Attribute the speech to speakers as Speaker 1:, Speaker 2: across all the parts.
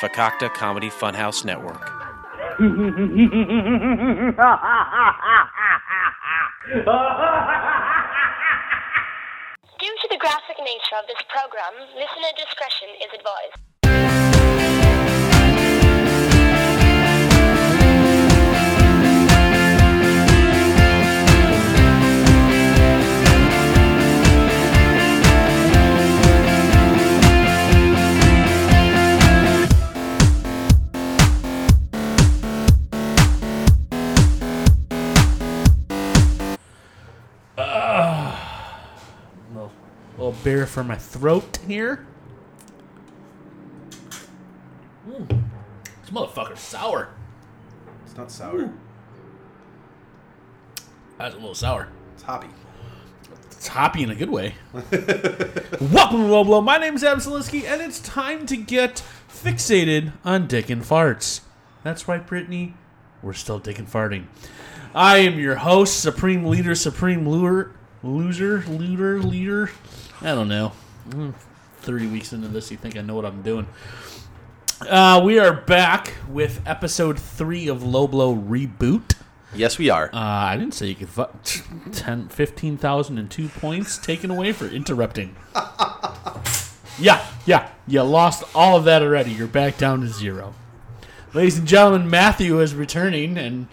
Speaker 1: Fakakta Comedy Funhouse Network.
Speaker 2: Due to the graphic nature of this program, listener discretion is advised.
Speaker 3: little, little beer for my throat here. Mm. This motherfucker's sour.
Speaker 4: It's not sour.
Speaker 3: That's a little sour.
Speaker 4: It's hoppy.
Speaker 3: It's hoppy in a good way. Welcome to Low Blow. My name's Adam Zielinski, and it's time to get fixated on dick and farts. That's right, Brittany. We're still dick and farting. I am your host, Supreme Leader, Supreme Lure, Loser, Looter, Leader. I don't know. Mm, 30 weeks into this, you think I know what I'm doing. Uh, we are back with episode three of Low Blow Reboot.
Speaker 4: Yes, we are.
Speaker 3: Uh, I didn't say you could fuck 10, 15,002 points taken away for interrupting. yeah, yeah. You lost all of that already. You're back down to zero. Ladies and gentlemen, Matthew is returning, and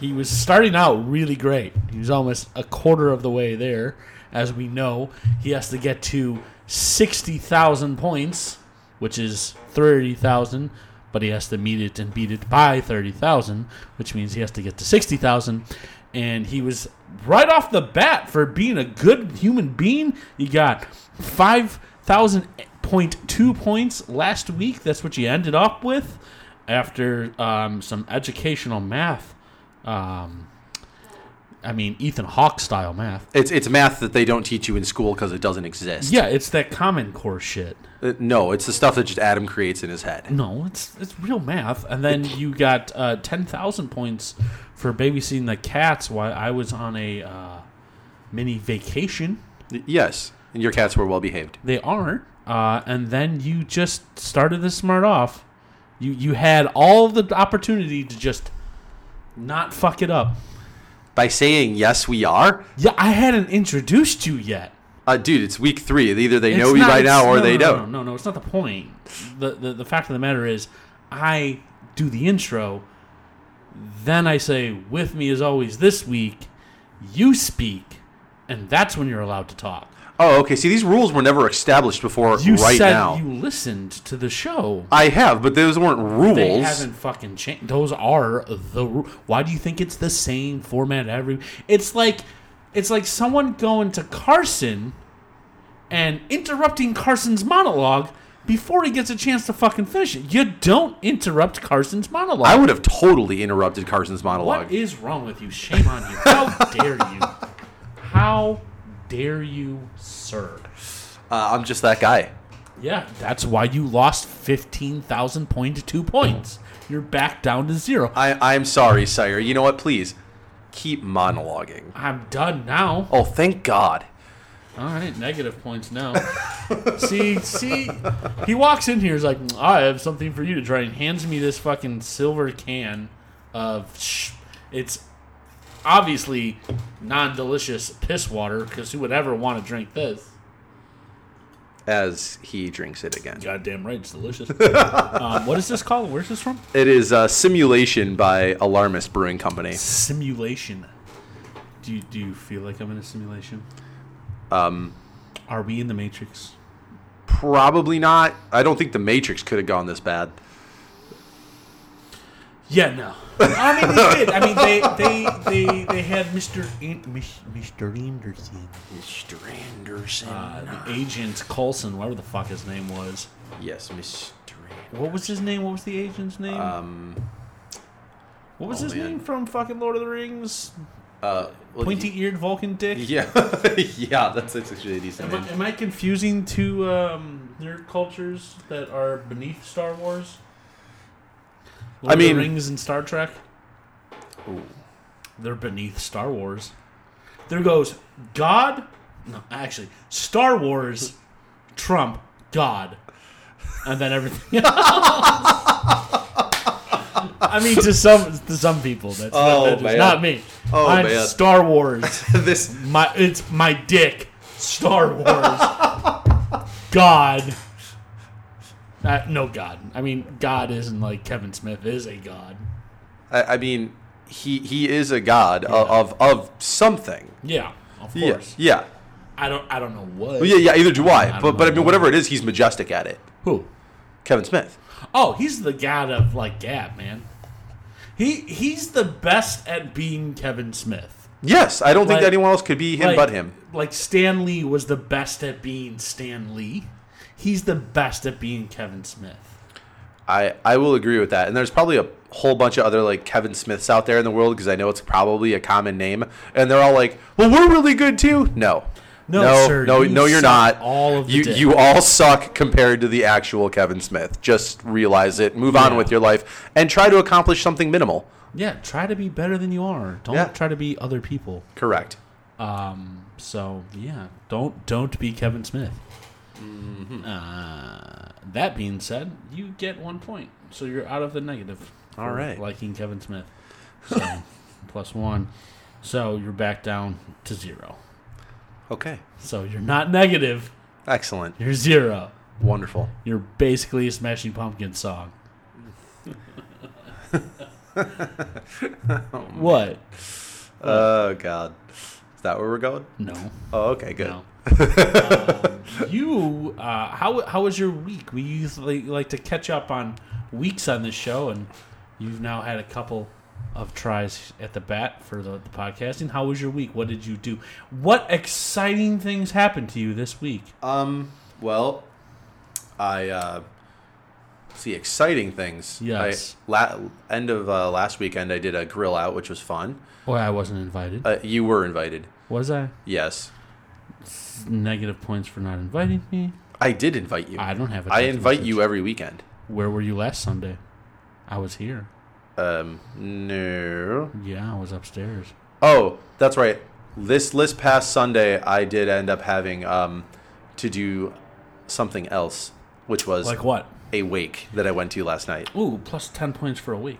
Speaker 3: he was starting out really great. He was almost a quarter of the way there. As we know, he has to get to 60,000 points, which is 30,000, but he has to meet it and beat it by 30,000, which means he has to get to 60,000. And he was right off the bat for being a good human being. He got 5,000.2 points last week. That's what he ended up with after um, some educational math. Um, I mean, Ethan Hawke style math.
Speaker 4: It's it's math that they don't teach you in school because it doesn't exist.
Speaker 3: Yeah, it's that Common Core shit.
Speaker 4: Uh, no, it's the stuff that just Adam creates in his head.
Speaker 3: No, it's it's real math. And then you got uh, ten thousand points for babysitting the cats while I was on a uh, mini vacation.
Speaker 4: Yes, and your cats were well behaved.
Speaker 3: They aren't. Uh, and then you just started to smart off. You you had all the opportunity to just not fuck it up.
Speaker 4: By saying yes, we are,
Speaker 3: Yeah, I hadn't introduced you yet.
Speaker 4: uh, dude. It's week three. Either they
Speaker 3: It's
Speaker 4: know you
Speaker 3: not-
Speaker 4: by
Speaker 3: it's-
Speaker 4: now or
Speaker 3: no,
Speaker 4: they
Speaker 3: no, no,
Speaker 4: don't.
Speaker 3: No, no, no, it's not the point. The, the the fact of the matter is, I do the intro, then I say, "With me as always this week." You speak, and that's when you're allowed to talk.
Speaker 4: Oh, okay. See, these rules were never established before
Speaker 3: You
Speaker 4: right
Speaker 3: said
Speaker 4: now.
Speaker 3: you listened to the show.
Speaker 4: I have, but those weren't rules.
Speaker 3: They haven't fucking changed. Those are the. ru- Why do you think it's the same format every? It's like, it's like someone going to Carson, and interrupting Carson's monologue before he gets a chance to fucking finish it. You don't interrupt Carson's monologue.
Speaker 4: I would have totally interrupted Carson's monologue.
Speaker 3: what is wrong with you? Shame on you! How dare you? How dare you, sir?
Speaker 4: uh, I'm just that guy.
Speaker 3: Yeah, that's why you lost fifteen thousand point two points. You're back down to zero.
Speaker 4: I I'm sorry, sire. You know what? Please keep monologuing.
Speaker 3: I'm done now.
Speaker 4: Oh, thank God.
Speaker 3: All right, negative points now. see, see, he walks in here. He's like, "I have something for you to try," and hands me this fucking silver can of. Sh- it's obviously non-delicious piss water because who would ever want to drink this?
Speaker 4: As he drinks it again.
Speaker 3: Goddamn right, it's delicious. um, what is this called? Where's this from?
Speaker 4: It is uh, Simulation by Alarmist Brewing Company.
Speaker 3: Simulation. Do you, do you feel like I'm in a simulation? Um, are we in the Matrix?
Speaker 4: Probably not. I don't think The Matrix could have gone this bad.
Speaker 3: Yeah, no. I mean, they did. I mean, they they they, they had Mister Mister Anderson,
Speaker 4: Mr. Anderson.
Speaker 3: uh, the agent Coulson, whatever the fuck his name was.
Speaker 4: yes, Mr. Anderson.
Speaker 3: What was his name? What was the agent's name?
Speaker 4: Um,
Speaker 3: what was
Speaker 4: oh,
Speaker 3: his
Speaker 4: man.
Speaker 3: name from fucking Lord of the Rings?
Speaker 4: uh, well,
Speaker 3: Pointy-eared Vulcan dick.
Speaker 4: he- yeah, yeah, that's, that's actually a decent
Speaker 3: Am I,
Speaker 4: name.
Speaker 3: am I confusing two um, nerd cultures that are beneath Star Wars? Lord
Speaker 4: I
Speaker 3: of
Speaker 4: mean-
Speaker 3: the Rings and Star Trek.
Speaker 4: Ooh.
Speaker 3: They're beneath Star Wars. There goes God. No, actually, Star Wars Trump, God, and then everything. I mean, to some to some people, that's
Speaker 4: Oh,
Speaker 3: not, that is
Speaker 4: man.
Speaker 3: not me.
Speaker 4: Oh,
Speaker 3: Mine's
Speaker 4: man.
Speaker 3: Star Wars.
Speaker 4: this
Speaker 3: My it's my dick. Star Wars. God. Uh, no God. I mean, God isn't like Kevin Smith is a God.
Speaker 4: I, I mean, he he is a god o of of something.
Speaker 3: Yeah, of course.
Speaker 4: Yeah, yeah,
Speaker 3: I don't. I don't know what.
Speaker 4: Well, yeah, yeah. Either do I.
Speaker 3: don't
Speaker 4: but but I
Speaker 3: know.
Speaker 4: mean, whatever it is, he's majestic at it.
Speaker 3: Who?
Speaker 4: Kevin Smith.
Speaker 3: Oh, he's the god of like Gab, man. He he's the best at being Kevin Smith.
Speaker 4: Yes, I don't
Speaker 3: Like-
Speaker 4: think anyone else could be him
Speaker 3: like,
Speaker 4: but him.
Speaker 3: Like Stan Lee was the best at being Stan Lee. He's the best at being Kevin Smith.
Speaker 4: I I will agree with that. And there's probably a whole bunch of other like Kevin Smiths out there in the world because I know it's probably a common name, and they're all like, "Well, we're really good too." No.
Speaker 3: No, sir,
Speaker 4: no,
Speaker 3: you
Speaker 4: no, you're
Speaker 3: suck
Speaker 4: not.
Speaker 3: all of the
Speaker 4: you,
Speaker 3: dick.
Speaker 4: you all suck compared to the actual Kevin Smith. Just realize it, move on
Speaker 3: Yeah.
Speaker 4: with your life, and try to accomplish something minimal.
Speaker 3: Yeah, try to be better than you are. Don't
Speaker 4: Yeah.
Speaker 3: try to be other people.
Speaker 4: Correct.
Speaker 3: Um. So yeah, don't don't be Kevin Smith.
Speaker 4: Mm-hmm.
Speaker 3: Uh, that being said, you get one point, so you're out of the negative.
Speaker 4: All
Speaker 3: for
Speaker 4: right.
Speaker 3: liking Kevin Smith, so plus one, so you're back down to zero.
Speaker 4: Okay.
Speaker 3: So you're not negative,
Speaker 4: Excellent.
Speaker 3: you're zero.
Speaker 4: Wonderful.
Speaker 3: You're basically a Smashing Pumpkin song. what? Uh,
Speaker 4: Oh God. Is that where we're going?
Speaker 3: No.
Speaker 4: Oh, okay, good.
Speaker 3: No. Um, you, uh, how how was your week? We usually like to catch up on weeks on this show, and you've now had a couple of tries at the bat for the, the podcasting. How was your week? What did you do? What exciting things happened to you this week?
Speaker 4: Um. Well, I uh, see exciting things.
Speaker 3: Yes.
Speaker 4: I, la- end of uh, last weekend, I did a grill out, which was fun.
Speaker 3: Boy, I wasn't invited.
Speaker 4: Uh, you were invited.
Speaker 3: Was I?
Speaker 4: Yes,
Speaker 3: Negative points for not inviting me.
Speaker 4: I did invite you.
Speaker 3: I don't have a
Speaker 4: I
Speaker 3: text
Speaker 4: invite
Speaker 3: message.
Speaker 4: you every weekend.
Speaker 3: Where were you last Sunday? I was here.
Speaker 4: Um. No.
Speaker 3: Yeah, I was upstairs.
Speaker 4: Oh, that's right. This this past Sunday, I did end up having um to do something else, which was
Speaker 3: Like what?
Speaker 4: a wake that I went to last night,
Speaker 3: Ooh, plus ten points for a week.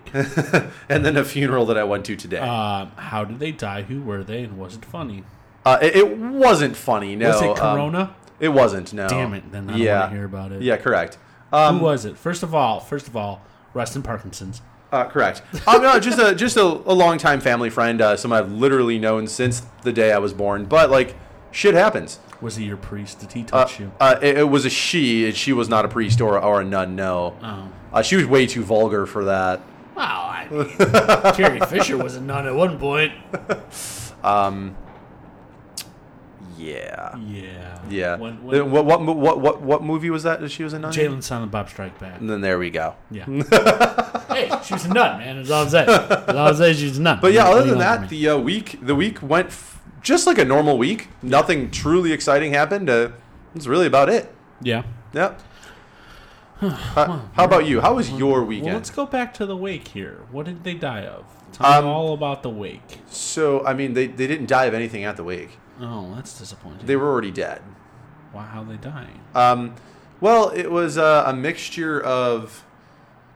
Speaker 4: and then a funeral that I went to today.
Speaker 3: Um, how did they die? Who were they? And was it funny?
Speaker 4: Uh, it, it wasn't funny. No,
Speaker 3: Was it
Speaker 4: um,
Speaker 3: Corona?
Speaker 4: it wasn't. No.
Speaker 3: Damn it! Then I don't
Speaker 4: yeah.
Speaker 3: want to hear about it.
Speaker 4: Yeah, correct. Um,
Speaker 3: Who was it? First of all, first of all, rest in Parkinson's.
Speaker 4: uh, correct. Um, no, just a just a, a longtime family friend, uh, someone I've literally known since the day I was born. But like, shit happens.
Speaker 3: Was he your priest? Did he touch you?
Speaker 4: Uh, it, it was a she, and she was not a priest or, or a nun. No,
Speaker 3: Oh.
Speaker 4: uh, she was way too vulgar for that.
Speaker 3: Well, I mean, Carrie Fisher was a nun at one point.
Speaker 4: Yeah,
Speaker 3: Yeah.
Speaker 4: yeah.
Speaker 3: When,
Speaker 4: Then
Speaker 3: when
Speaker 4: what, what mo- what what what movie was that? that She was a nun.
Speaker 3: Jalen Silent Bob Strike Back.
Speaker 4: And then there we go.
Speaker 3: Yeah. hey, she was a nun, man. That's all I'm saying. That's all I'm saying. She was a nun.
Speaker 4: But yeah,
Speaker 3: What do
Speaker 4: other
Speaker 3: you
Speaker 4: than
Speaker 3: want from
Speaker 4: that,
Speaker 3: me?
Speaker 4: the uh, week the week went f- just like a normal week. Nothing truly exciting happened. Uh, that's really about it.
Speaker 3: yeah.
Speaker 4: Yep. Uh, how about you? How was your
Speaker 3: Well, let's
Speaker 4: weekend?
Speaker 3: go back to the wake here. What did they die of? Tell
Speaker 4: Um,
Speaker 3: me all about the wake.
Speaker 4: So I mean, they, they didn't die of anything at the wake.
Speaker 3: Oh, that's disappointing.
Speaker 4: They were already dead.
Speaker 3: Wow, how they dying?
Speaker 4: Um, well, it was uh, a mixture of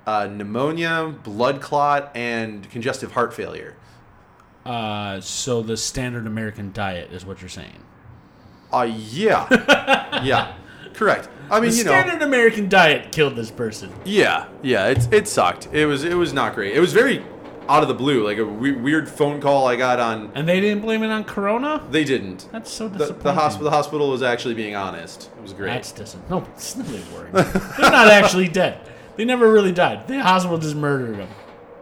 Speaker 4: uh, pneumonia, blood clot, and congestive heart failure.
Speaker 3: Uh, so the standard American diet is what you're saying.
Speaker 4: Uh, yeah, yeah, correct. I mean,
Speaker 3: The
Speaker 4: you know,
Speaker 3: standard American diet killed this person.
Speaker 4: Yeah, yeah, it, it sucked. It was it was not great. It was very out of the blue, like a we- weird phone call I got on.
Speaker 3: And they didn't blame it on Corona?
Speaker 4: They didn't.
Speaker 3: That's so
Speaker 4: The,
Speaker 3: disappointing.
Speaker 4: the hospital the hospital was actually being honest. It was great.
Speaker 3: That's disappointing. No, it's not really worrying. They're not actually dead. They never really died. The hospital just murdered them.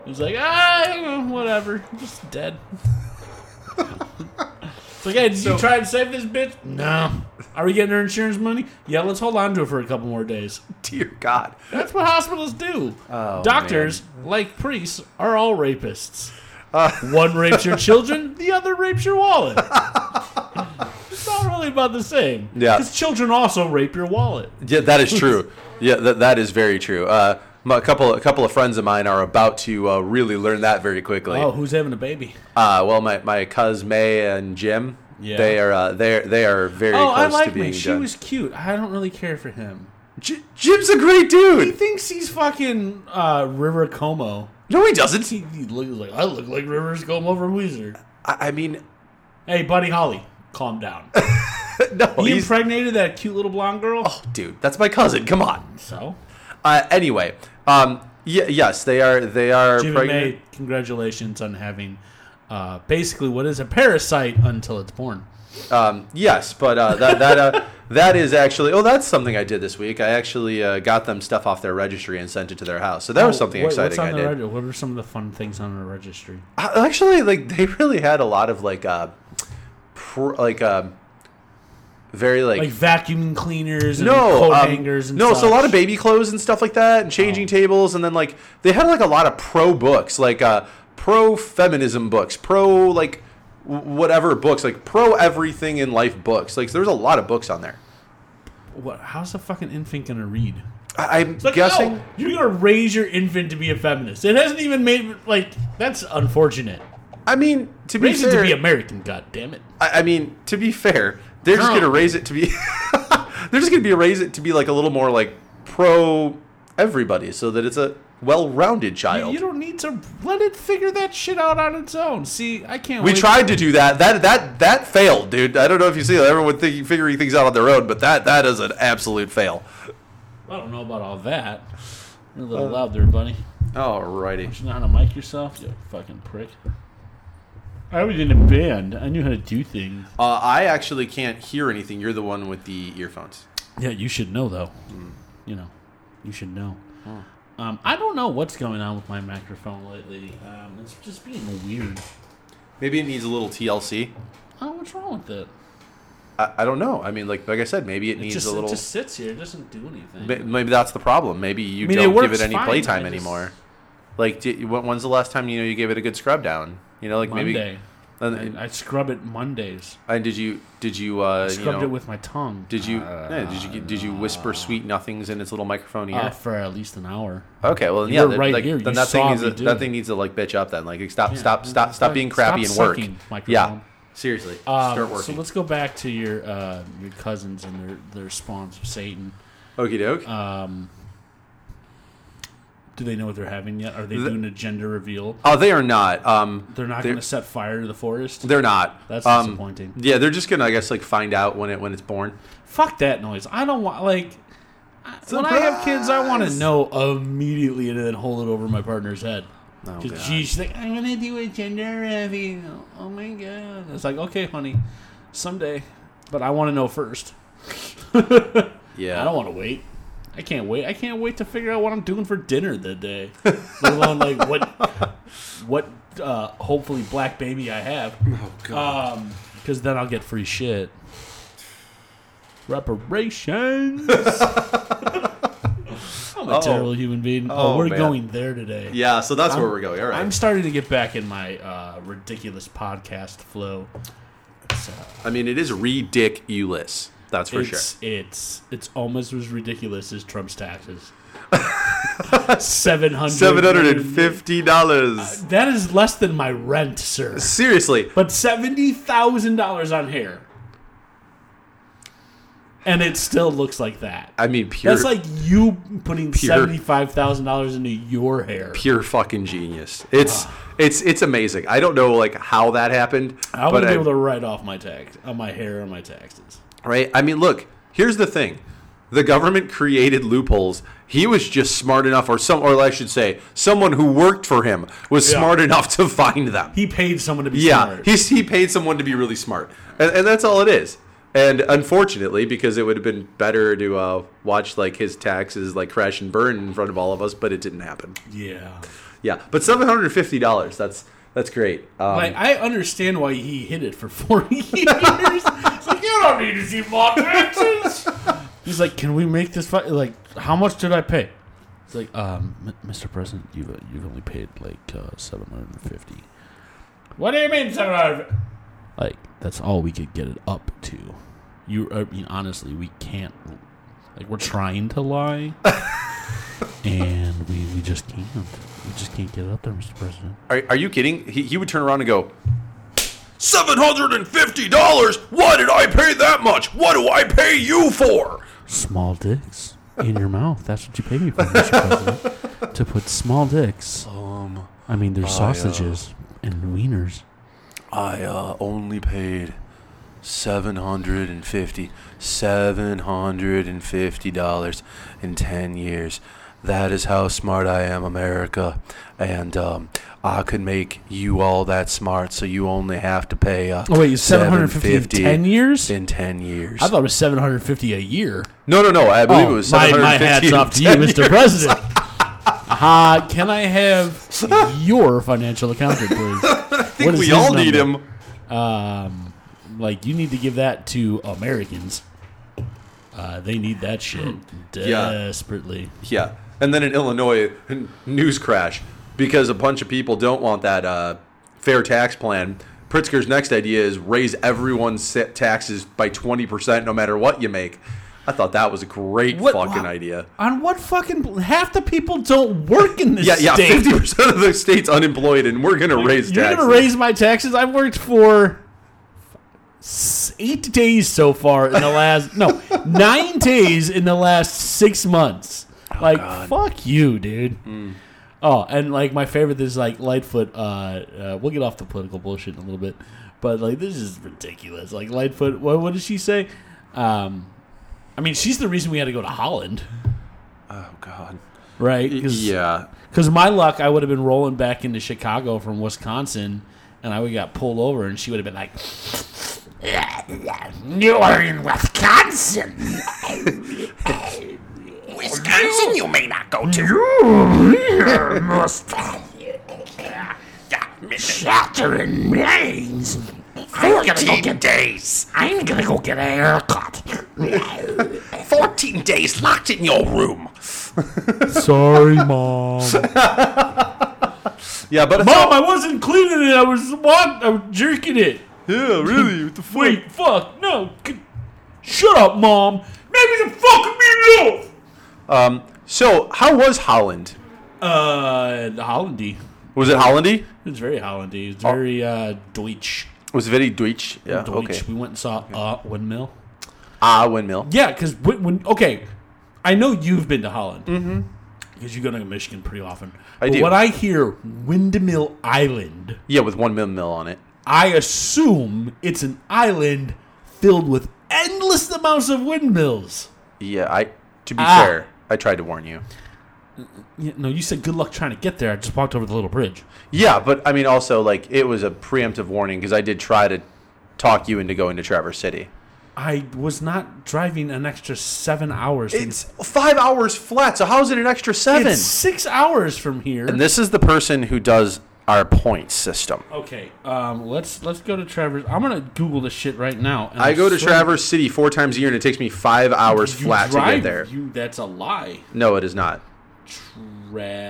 Speaker 3: It was like, ah, whatever. Just dead. it's like, hey, did you try to save this bitch? No. Are we getting her insurance money? Yeah, let's hold on to it for a couple more days.
Speaker 4: Dear God.
Speaker 3: That's what hospitals do.
Speaker 4: Oh,
Speaker 3: Doctors, like priests, are all rapists.
Speaker 4: Uh,
Speaker 3: One rapes your children, the other rapes your wallet. it's not really about the same.
Speaker 4: Yeah.
Speaker 3: Because children also rape your wallet.
Speaker 4: Yeah, that is true. yeah, that, that is very true. Uh, m- a couple a couple of friends of mine are about to uh, really learn that very quickly.
Speaker 3: Oh, who's having a baby?
Speaker 4: Uh, well, my my cuz May and Jim.
Speaker 3: Yeah.
Speaker 4: They are uh, they they are very
Speaker 3: oh,
Speaker 4: close
Speaker 3: I
Speaker 4: to
Speaker 3: like
Speaker 4: being
Speaker 3: me. She
Speaker 4: done.
Speaker 3: was cute. I don't really care for him.
Speaker 4: J- Jim's a great
Speaker 3: He
Speaker 4: dude.
Speaker 3: thinks he's fucking uh, River Como.
Speaker 4: No, he doesn't.
Speaker 3: He, he looks like I look like Rivers Como from Weezer.
Speaker 4: I, I mean,
Speaker 3: uh, Hey, buddy Holly, calm down.
Speaker 4: no,
Speaker 3: He
Speaker 4: he's, Oh.
Speaker 3: impregnated that cute little blonde girl.
Speaker 4: dude, that's my cousin. Come on.
Speaker 3: So,
Speaker 4: Uh, anyway, um, y- yes, they are they are
Speaker 3: Jimmy
Speaker 4: pregnant.
Speaker 3: May, congratulations on having uh, basically what is a parasite until it's born.
Speaker 4: Um, yes, but uh, that that uh, that is actually oh that's something I did this week. I actually uh, got them stuff off their registry and sent it to their house. So that was something
Speaker 3: What-
Speaker 4: exciting
Speaker 3: Oh, What's on
Speaker 4: I
Speaker 3: the
Speaker 4: did.
Speaker 3: reg- what are some of the fun things on the registry?
Speaker 4: I- actually, like they really had a lot of like uh, pr- like um, very like.
Speaker 3: Like vacuum cleaners and
Speaker 4: no,
Speaker 3: coat
Speaker 4: um,
Speaker 3: hangers and
Speaker 4: no. So a
Speaker 3: such. Oh.
Speaker 4: lot of baby clothes and stuff like that, and changing tables, and then like they had like a lot of pro books, like uh, pro feminism books, pro like w- whatever books, like pro everything in life books. Like there was a lot of books on there.
Speaker 3: What, how's a fucking infant gonna read?
Speaker 4: I- I'm
Speaker 3: Like,
Speaker 4: guessing.
Speaker 3: no, you're gonna raise your infant to be a feminist. It hasn't even made like that's unfortunate.
Speaker 4: I mean, to be
Speaker 3: Raise it
Speaker 4: fair,
Speaker 3: to
Speaker 4: I
Speaker 3: be American, god damn it.
Speaker 4: I mean, to be fair, they're just
Speaker 3: Girl.
Speaker 4: gonna raise it to be. they're just gonna be raise it to be like a little more like pro everybody, so that it's a well-rounded
Speaker 3: You,
Speaker 4: child.
Speaker 3: you don't need to let it figure that shit out on its own. See, I can't.
Speaker 4: we
Speaker 3: wait.
Speaker 4: tried to do that. That that that failed, dude. I don't know if you see that. Everyone thinking, figuring things out on their own, but that that is an absolute fail.
Speaker 3: I don't know about all that. You're a little
Speaker 4: Uh,
Speaker 3: loud there, buddy.
Speaker 4: Alrighty.
Speaker 3: You know how to mic yourself, you fucking prick. I was in a band. I knew how to do things.
Speaker 4: Uh, I actually can't hear anything. You're the one with the earphones.
Speaker 3: Yeah, you should know though.
Speaker 4: Mm.
Speaker 3: You know, you should know. Um, I don't know what's going on with my microphone lately. Um, it's just being weird.
Speaker 4: Maybe it needs a little TLC.
Speaker 3: Oh, what's wrong with it?
Speaker 4: I, I don't know. I mean, like like I said, maybe it
Speaker 3: It
Speaker 4: needs
Speaker 3: just,
Speaker 4: a little.
Speaker 3: it just sits here. It doesn't do anything.
Speaker 4: Ma- Maybe that's the problem. Maybe you
Speaker 3: I mean, it
Speaker 4: don't give
Speaker 3: works
Speaker 4: it any
Speaker 3: fine,
Speaker 4: playtime
Speaker 3: I just-
Speaker 4: anymore. Like, di- when- when's the last time you know you gave it a good scrub down? You know, like
Speaker 3: Monday.
Speaker 4: maybe. And,
Speaker 3: I, I scrub it Mondays.
Speaker 4: and did you did you uh, you
Speaker 3: Scrubbed
Speaker 4: know
Speaker 3: it with uh, my tongue.
Speaker 4: did you yeah, did you did you whisper sweet nothings in its little microphone
Speaker 3: uh,
Speaker 4: ear?
Speaker 3: for at least an hour.
Speaker 4: okay, well then,
Speaker 3: you
Speaker 4: yeah,
Speaker 3: were
Speaker 4: that-
Speaker 3: right
Speaker 4: like,
Speaker 3: here.
Speaker 4: then
Speaker 3: You
Speaker 4: that thing
Speaker 3: saw
Speaker 4: needs
Speaker 3: me
Speaker 4: to,
Speaker 3: do
Speaker 4: that
Speaker 3: it.
Speaker 4: thing needs to like bitch up then. Like stop stop
Speaker 3: yeah,
Speaker 4: stop stop
Speaker 3: stop-
Speaker 4: being crappy
Speaker 3: stop
Speaker 4: and
Speaker 3: sucking,
Speaker 4: work. Yeah,
Speaker 3: microphone.
Speaker 4: seriously,
Speaker 3: Um,
Speaker 4: start
Speaker 3: So
Speaker 4: working.
Speaker 3: let's go back to your uh, your cousins and their their spawns of Satan.
Speaker 4: Okey doke.
Speaker 3: Uh, Do they know what they're having yet? Are they doing a gender reveal?
Speaker 4: Oh, they are not. Um,
Speaker 3: They're not going to set fire to the forest.
Speaker 4: They're not.
Speaker 3: That's
Speaker 4: Um,
Speaker 3: disappointing.
Speaker 4: Yeah, they're just gonna, I guess, like find out when it when it's born.
Speaker 3: Fuck that noise. I don't want like. I- When I have kids, I want to know immediately and then hold it over my partner's head.
Speaker 4: Oh,
Speaker 3: Because
Speaker 4: God.
Speaker 3: she's like, I'm gonna do a gender reveal. Oh my god! It's like, okay, honey, someday, but I want to know first.
Speaker 4: Yeah,
Speaker 3: I don't want to wait. I can't wait. I can't wait to figure out what I'm doing for dinner that day. Let alone like what what uh, hopefully black baby I have. Oh god. Because then I'll get free shit. Reparations. I'm a terrible human being. Oh,
Speaker 4: Oh,
Speaker 3: we're
Speaker 4: man.
Speaker 3: going there today.
Speaker 4: Yeah, so that's where we're going. All right.
Speaker 3: I'm starting to get back in my uh, ridiculous podcast flow.
Speaker 4: I mean, it is ridiculous. That's for
Speaker 3: it's, It's it's almost as ridiculous as Trump's taxes. Seven hundred.
Speaker 4: sure. Seven hundred and fifty dollars.
Speaker 3: That is less than my rent, sir.
Speaker 4: Seriously,
Speaker 3: But seventy thousand dollars on hair, and it still looks like that.
Speaker 4: I mean, pure,
Speaker 3: That's like you putting
Speaker 4: Pure-
Speaker 3: seventy-five thousand dollars into your hair.
Speaker 4: pure fucking genius. It's it's it's amazing. I don't know like how that happened,
Speaker 3: I want
Speaker 4: but
Speaker 3: to
Speaker 4: I-
Speaker 3: be able to write off my tax on my hair and my taxes.
Speaker 4: right? I mean, look. Here's the thing: the government created loopholes. He was just smart enough, or some, or I should say, someone who worked for him was
Speaker 3: Yeah.
Speaker 4: smart enough to find them.
Speaker 3: He paid someone to be
Speaker 4: Yeah,
Speaker 3: smart.
Speaker 4: he's, he paid someone to be really smart, and, and that's all it is. And unfortunately, because it would have been better to uh, watch like his taxes like crash and burn in front of all of us, but it didn't happen.
Speaker 3: yeah.
Speaker 4: Yeah, but seven hundred fifty dollars. That's that's great. Um,
Speaker 3: Like I understand why he hid it for forty years. It's like you don't need to see my taxes. He's like, can we make this fight? Like, how much did I pay? It's like, um, M- Mr. President, you've uh, you've only paid like uh, seven hundred and fifty. What do you mean seven hundred? Like that's all we could get it up to. You, I mean, honestly, we can't. Like we're trying to lie, and we we just can't. We just can't get it up there, Mr. President.
Speaker 4: are, are you kidding? He, he would turn around and go, $750? Why did I pay that much? What do I pay you for?
Speaker 3: Small dicks in your mouth. That's what you pay me for, Mr. President. To put small dicks.
Speaker 4: Um,
Speaker 3: I mean, there's sausages and wieners.
Speaker 4: I uh, only paid 750 $750 in 10 years. That is how smart I am, America. And um, I could make you all that smart, so you only have to pay. Uh,
Speaker 3: Oh, wait, it's 750 in 10 years?
Speaker 4: In 10 years.
Speaker 3: I thought it was 750 a year.
Speaker 4: no, no, no. I believe it was
Speaker 3: Oh, my,
Speaker 4: 750
Speaker 3: my hat's
Speaker 4: in
Speaker 3: off to you,
Speaker 4: 10
Speaker 3: Mr. President. Uh, can I have your financial accountant, please? I
Speaker 4: think we all need him.
Speaker 3: Um, like you need to give that to Americans. Uh, they need that shit
Speaker 4: Yeah.
Speaker 3: desperately.
Speaker 4: Yeah. And then in Illinois, news crash because a bunch of people don't want that uh, fair tax plan. Pritzker's next idea is raise everyone's sa- taxes by 20% no matter what you make. I thought that was a great
Speaker 3: What-
Speaker 4: fucking
Speaker 3: wow.
Speaker 4: idea.
Speaker 3: On what fucking half the people don't work in this
Speaker 4: Yeah, yeah,
Speaker 3: state.
Speaker 4: 50% of the state's unemployed and we're going to raise
Speaker 3: You're
Speaker 4: taxes.
Speaker 3: gonna raise my taxes. I've worked for s- eight days so far in the last no nine days in the last six months.
Speaker 4: Oh,
Speaker 3: like fuck you, dude.
Speaker 4: Hmm.
Speaker 3: Oh, and like my favorite is like Lightfoot. Uh, uh, we'll get off the political bullshit in a little bit, but like this is ridiculous. Like Lightfoot, what, what did she say? Um, I mean, she's the reason we had to go to Holland,
Speaker 4: oh god.
Speaker 3: right? 'Cause-
Speaker 4: Yeah.
Speaker 3: because my luck, I would have been rolling back into Chicago from Wisconsin, and I would have got pulled over, and she would have been like, "You're in Wisconsin.
Speaker 5: Wisconsin, you may not go to.
Speaker 3: You must
Speaker 5: Shelter in Maine's. I'm gonna go get days.
Speaker 3: I'm gonna go get a haircut."
Speaker 5: 14 days locked in your room.
Speaker 3: Sorry, mom.
Speaker 4: Yeah, but it's
Speaker 3: mom, I wasn't cleaning it. I was walk- I was jerking it.
Speaker 4: yeah, really. What the fuck?
Speaker 3: Wait, fuck, no. C- Shut up, mom. Maybe the fucking me alone.
Speaker 4: So, how was Holland?
Speaker 3: Uh, Hollandy.
Speaker 4: Was it Hollandy?
Speaker 3: It's very Hollandy. It's very uh, Deutsch.
Speaker 4: Was it very Deutsch? Yeah,
Speaker 3: Deutsch.
Speaker 4: okay.
Speaker 3: We went and saw uh, windmill.
Speaker 4: Ah, windmill.
Speaker 3: Yeah, because when, when okay, I know you've been to Holland because you go to Michigan pretty often.
Speaker 4: Mm-hmm. I
Speaker 3: But
Speaker 4: do.
Speaker 3: When I hear Windmill Island,
Speaker 4: Yeah, with one windmill on it.
Speaker 3: I assume it's an island filled with endless amounts of windmills.
Speaker 4: Yeah, I to be
Speaker 3: Ah.
Speaker 4: fair, I tried to warn you.
Speaker 3: Yeah, no, you said good luck trying to get there. I just walked over the little bridge.
Speaker 4: Yeah, but I mean, also like it was a preemptive warning because I did try to talk you into going to Traverse City.
Speaker 3: I was not driving an extra seven hours. from-
Speaker 4: It's five hours flat, so how is it an extra seven?
Speaker 3: It's six hours from here.
Speaker 4: and this is the person who does our point system.
Speaker 3: Okay, um, let's let's go to Trevor's. I'm gonna Google this shit right now. and
Speaker 4: I go to
Speaker 3: swear
Speaker 4: Traverse City four times a year, and it takes me five hours
Speaker 3: you
Speaker 4: flat to
Speaker 3: drive-
Speaker 4: get there.
Speaker 3: You, that's a lie.
Speaker 4: No, it is not.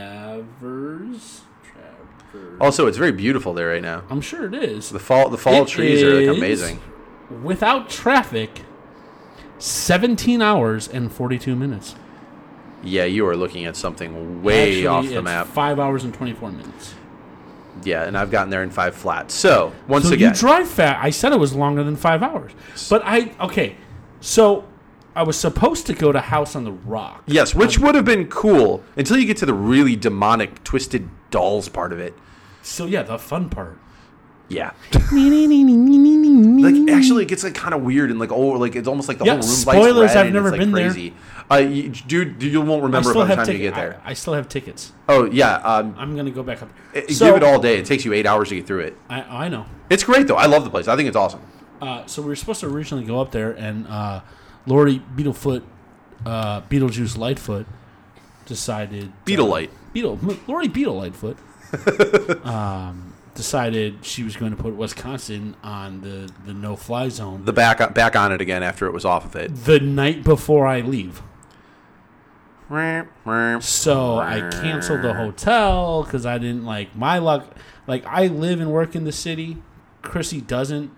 Speaker 3: Travers, Travers.
Speaker 4: Also, it's very beautiful there right now.
Speaker 3: I'm sure it is.
Speaker 4: The fall, the fall
Speaker 3: It
Speaker 4: trees are
Speaker 3: is-
Speaker 4: like amazing.
Speaker 3: Without traffic, 17 hours and 42 minutes.
Speaker 4: Yeah, you are looking at something way
Speaker 3: Actually,
Speaker 4: off
Speaker 3: it's
Speaker 4: the map.
Speaker 3: Five hours and 24 minutes.
Speaker 4: yeah, and I've gotten there in five flat. So once
Speaker 3: So
Speaker 4: again,
Speaker 3: you drive fast. I said it was longer than five hours, but I okay. So I was supposed to go to House on the Rock.
Speaker 4: Yes, which would have been cool until you get to the really demonic, twisted dolls part of it.
Speaker 3: So yeah, the fun part.
Speaker 4: Yeah, like actually, it gets like kind of weird and like oh, like it's almost like the
Speaker 3: Yeah,
Speaker 4: whole room
Speaker 3: spoilers,
Speaker 4: lights red
Speaker 3: I've
Speaker 4: and
Speaker 3: never
Speaker 4: it's, like,
Speaker 3: been there.
Speaker 4: crazy. there. Uh, you, dude, you won't
Speaker 3: I
Speaker 4: remember
Speaker 3: still
Speaker 4: by the
Speaker 3: have
Speaker 4: time
Speaker 3: ticket-
Speaker 4: you get there.
Speaker 3: I, I still have tickets.
Speaker 4: oh yeah, um,
Speaker 3: I'm gonna go back up.
Speaker 4: it-
Speaker 3: So-
Speaker 4: eh, give it all day. It takes you eight hours to get through it.
Speaker 3: I, I know.
Speaker 4: It's great though. I love the place. I think it's awesome.
Speaker 3: Uh, so we were supposed to originally go up there, and uh, Lori Beetlefoot, uh, Beetlejuice Lightfoot, decided
Speaker 4: Beetle light.
Speaker 3: Beetle M- Lori Beetle Lightfoot um, decided she was going to put Wisconsin on the the no fly zone
Speaker 4: The back uh, back on it again after it was off of it.
Speaker 3: the night before I leave. So I canceled the hotel because I didn't like my luck. Like I live and work in the city, Chrissy doesn't,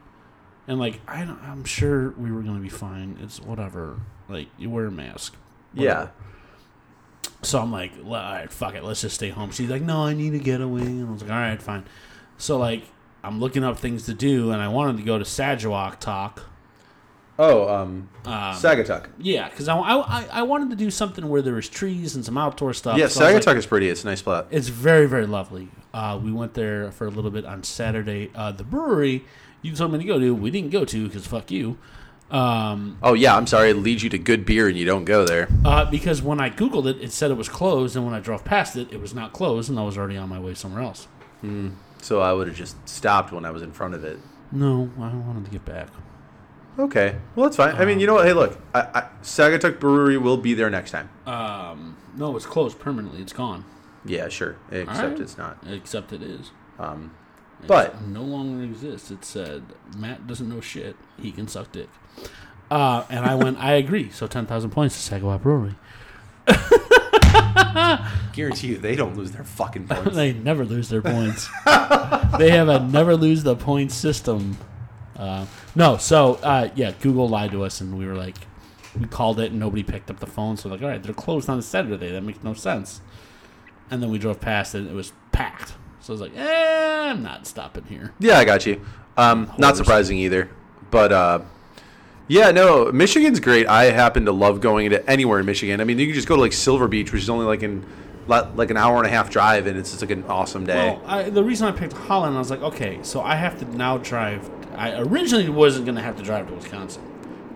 Speaker 3: and like I don't, I'm sure we were gonna be fine. It's whatever. Like you wear a mask.
Speaker 4: Yeah,
Speaker 3: So I'm like, all right, fuck it, let's just stay home. She's like, no, I need a getaway, and I was like, all right, fine. So like I'm looking up things to do, and I wanted to go to Sajawak Talk.
Speaker 4: Oh, um, Sagatuck.
Speaker 3: Yeah, because I, I, I wanted to do something where there was trees and some outdoor stuff.
Speaker 4: Yeah,
Speaker 3: so I was like,
Speaker 4: Sagatuck is pretty. It's a nice spot.
Speaker 3: It's very, very lovely. Uh, we went there for a little bit on Saturday. Uh, the brewery you told me to go to, we didn't go to because fuck you. Um,
Speaker 4: Oh yeah, I'm sorry. It leads you to good beer and you don't go there.
Speaker 3: uh, because when I Googled it, it said it was closed, and when I drove past it, it was not closed, and I was already on my way somewhere else.
Speaker 4: So I would have just stopped when I was in front of it.
Speaker 3: No, I wanted to get back.
Speaker 4: Okay, well that's fine. I mean, you know what? Hey, look, I, I, Sagatuck Brewery will be there next time.
Speaker 3: No, it's closed permanently. It's gone.
Speaker 4: yeah, sure. Except
Speaker 3: Alright.
Speaker 4: it's not.
Speaker 3: Except it is.
Speaker 4: But
Speaker 3: no longer exists. It said Matt doesn't know shit. He can suck dick. Uh, and I went, I agree. So ten thousand points to Sagawa Brewery.
Speaker 4: guarantee you, they don't lose their fucking points.
Speaker 3: they never lose their points. they have a never lose the point system. Uh, no, so uh, yeah, Google lied to us, and we were like, we called it, and nobody picked up the phone. So like, all right, they're closed on Saturday. That makes no sense. And then we drove past it, and it was packed. So I was like, eh, I'm not stopping here.
Speaker 4: Yeah, I got you. Um, not surprising either. But uh, yeah, no, Michigan's great. I happen to love going to anywhere in Michigan. I mean, you can just go to like Silver Beach, which is only like in li- like an hour and a half drive, and it's just like an awesome day.
Speaker 3: Well, I, the reason I picked Holland, I was like, okay, so I have to now drive. I originally wasn't going to have to drive to Wisconsin.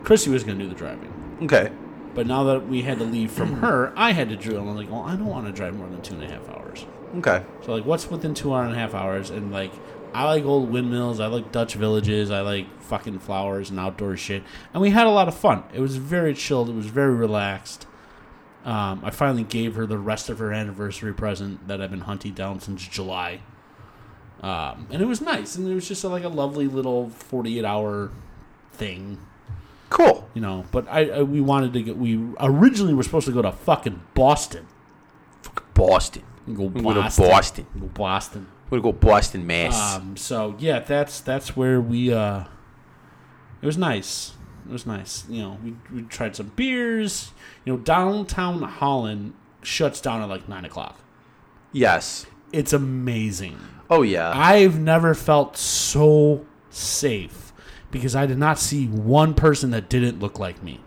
Speaker 3: Chrissy was going to do the driving.
Speaker 4: okay,
Speaker 3: But now that we had to leave from her, I had to drill. And I'm like, well, I don't want to drive more than two and a half hours.
Speaker 4: okay,
Speaker 3: So, like, what's within two hour and a half hours? And, like, I like old windmills. I like Dutch villages. I like fucking flowers and outdoor shit. And we had a lot of fun. It was very chilled. It was very relaxed. Um, I finally gave her the rest of her anniversary present that I've been hunting down since July. Um, and it was nice. And it was just like a lovely little 48 hour thing
Speaker 4: cool.
Speaker 3: you know. But I, I we wanted to get we originally were supposed to go to fucking Boston.
Speaker 4: Boston.
Speaker 3: Go Boston.
Speaker 4: gonna Boston.
Speaker 3: Go Boston.
Speaker 4: We're gonna go Boston, Mass.
Speaker 3: Um. So yeah, that's that's where we. uh It was nice. It was nice. You know, we we tried some beers. You know, downtown Holland shuts down at like nine o'clock.
Speaker 4: yes.
Speaker 3: It's amazing.
Speaker 4: Oh yeah.
Speaker 3: I've never felt so safe because I did not see one person that didn't look like me.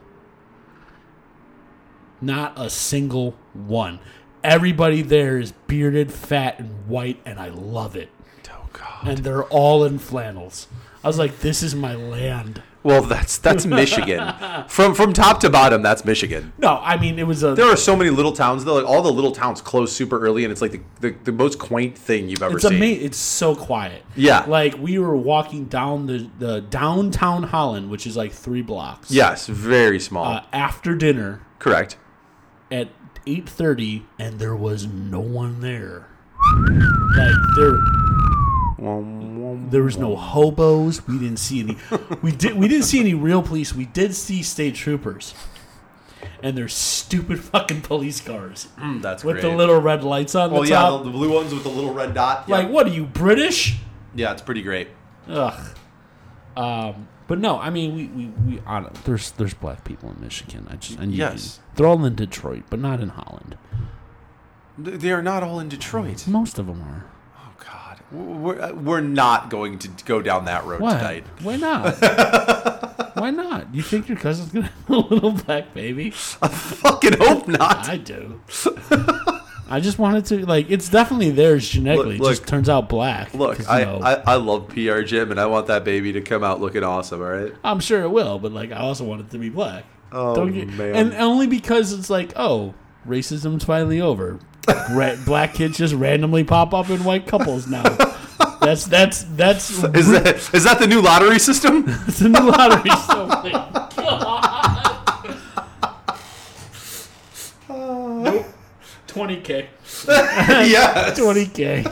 Speaker 3: Not a single one. Everybody there is bearded, fat, and white, and I love it.
Speaker 4: oh god.
Speaker 3: And they're all in flannels. I was like, this is my land.
Speaker 4: Well, that's that's Michigan. from from top to bottom, that's Michigan.
Speaker 3: No, I mean, it was a.
Speaker 4: There are so many little towns though. Like all the little towns close super early, and it's like the, the, the most quaint thing you've ever
Speaker 3: It's
Speaker 4: seen.
Speaker 3: amazing. It's so quiet.
Speaker 4: Yeah.
Speaker 3: Like, we were walking down the, the downtown Holland, which is like three blocks.
Speaker 4: Yes, very small.
Speaker 3: Uh, after dinner,
Speaker 4: Correct.
Speaker 3: at 8:30 and there was no one there. Like there there was no hobos. We didn't see any we did we didn't see any real police. We did see state troopers. And their stupid fucking police cars
Speaker 4: Hmm, That's
Speaker 3: with the little red lights on the top.
Speaker 4: blue ones with the little red dot.
Speaker 3: like what are you British?
Speaker 4: yeah, it's pretty great.
Speaker 3: Ugh. Um, but no, I mean we we, we on there's there's black people in Michigan. I just and you-
Speaker 4: Yes.
Speaker 3: they're all in Detroit, but not in Holland.
Speaker 4: They are not all in Detroit.
Speaker 3: Most of them are.
Speaker 4: Oh God, we're, uh, we're not going to go down that road
Speaker 3: Why?
Speaker 4: tonight.
Speaker 3: Why not? Why not? You think your cousin's gonna have a little black baby?
Speaker 4: Fucking hope not.
Speaker 3: I do. I just wanted to like it's definitely theirs genetically.
Speaker 4: Look-
Speaker 3: it just turns out black.
Speaker 4: Look,
Speaker 3: 'cause,
Speaker 4: I,
Speaker 3: you know,
Speaker 4: I I love PR Jim, and I want that baby to come out looking awesome. All right.
Speaker 3: I'm sure it will, but like I also want it to be black.
Speaker 4: Oh,
Speaker 3: get-
Speaker 4: man.
Speaker 3: And only because it's like, oh, racism's finally over. Ra- black kids just randomly pop up in white couples now. That's that's that's
Speaker 4: Is that is that the new lottery system?
Speaker 3: It's in the lottery. so my Twenty k,
Speaker 4: yes.
Speaker 3: twenty k. Is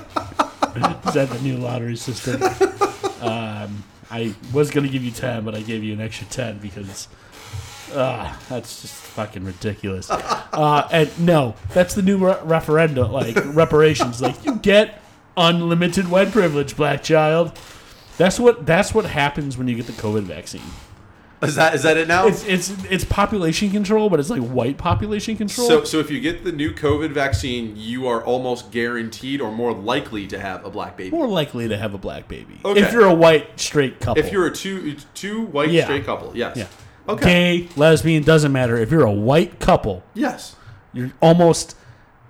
Speaker 3: that the new lottery system? Um, I was gonna give you ten, but I gave you an extra ten because uh, that's just fucking ridiculous. Uh, and no, that's the new re- referendum, like reparations. Like you get unlimited white privilege, black child. That's what that's what happens when you get the COVID vaccine.
Speaker 4: Is that is that it now?
Speaker 3: It's it's it's population control, but it's like white population control.
Speaker 6: So, so if you get the new COVID vaccine, you are almost guaranteed or more likely to have a black baby.
Speaker 3: more likely to have a black baby
Speaker 6: Okay.
Speaker 3: if you're a white straight couple.
Speaker 6: If you're a two two white
Speaker 3: Yeah.
Speaker 6: straight couple, yes.
Speaker 3: yeah,
Speaker 6: Okay.
Speaker 3: gay, lesbian, doesn't matter. If you're a white couple,
Speaker 6: Yes.
Speaker 3: you're almost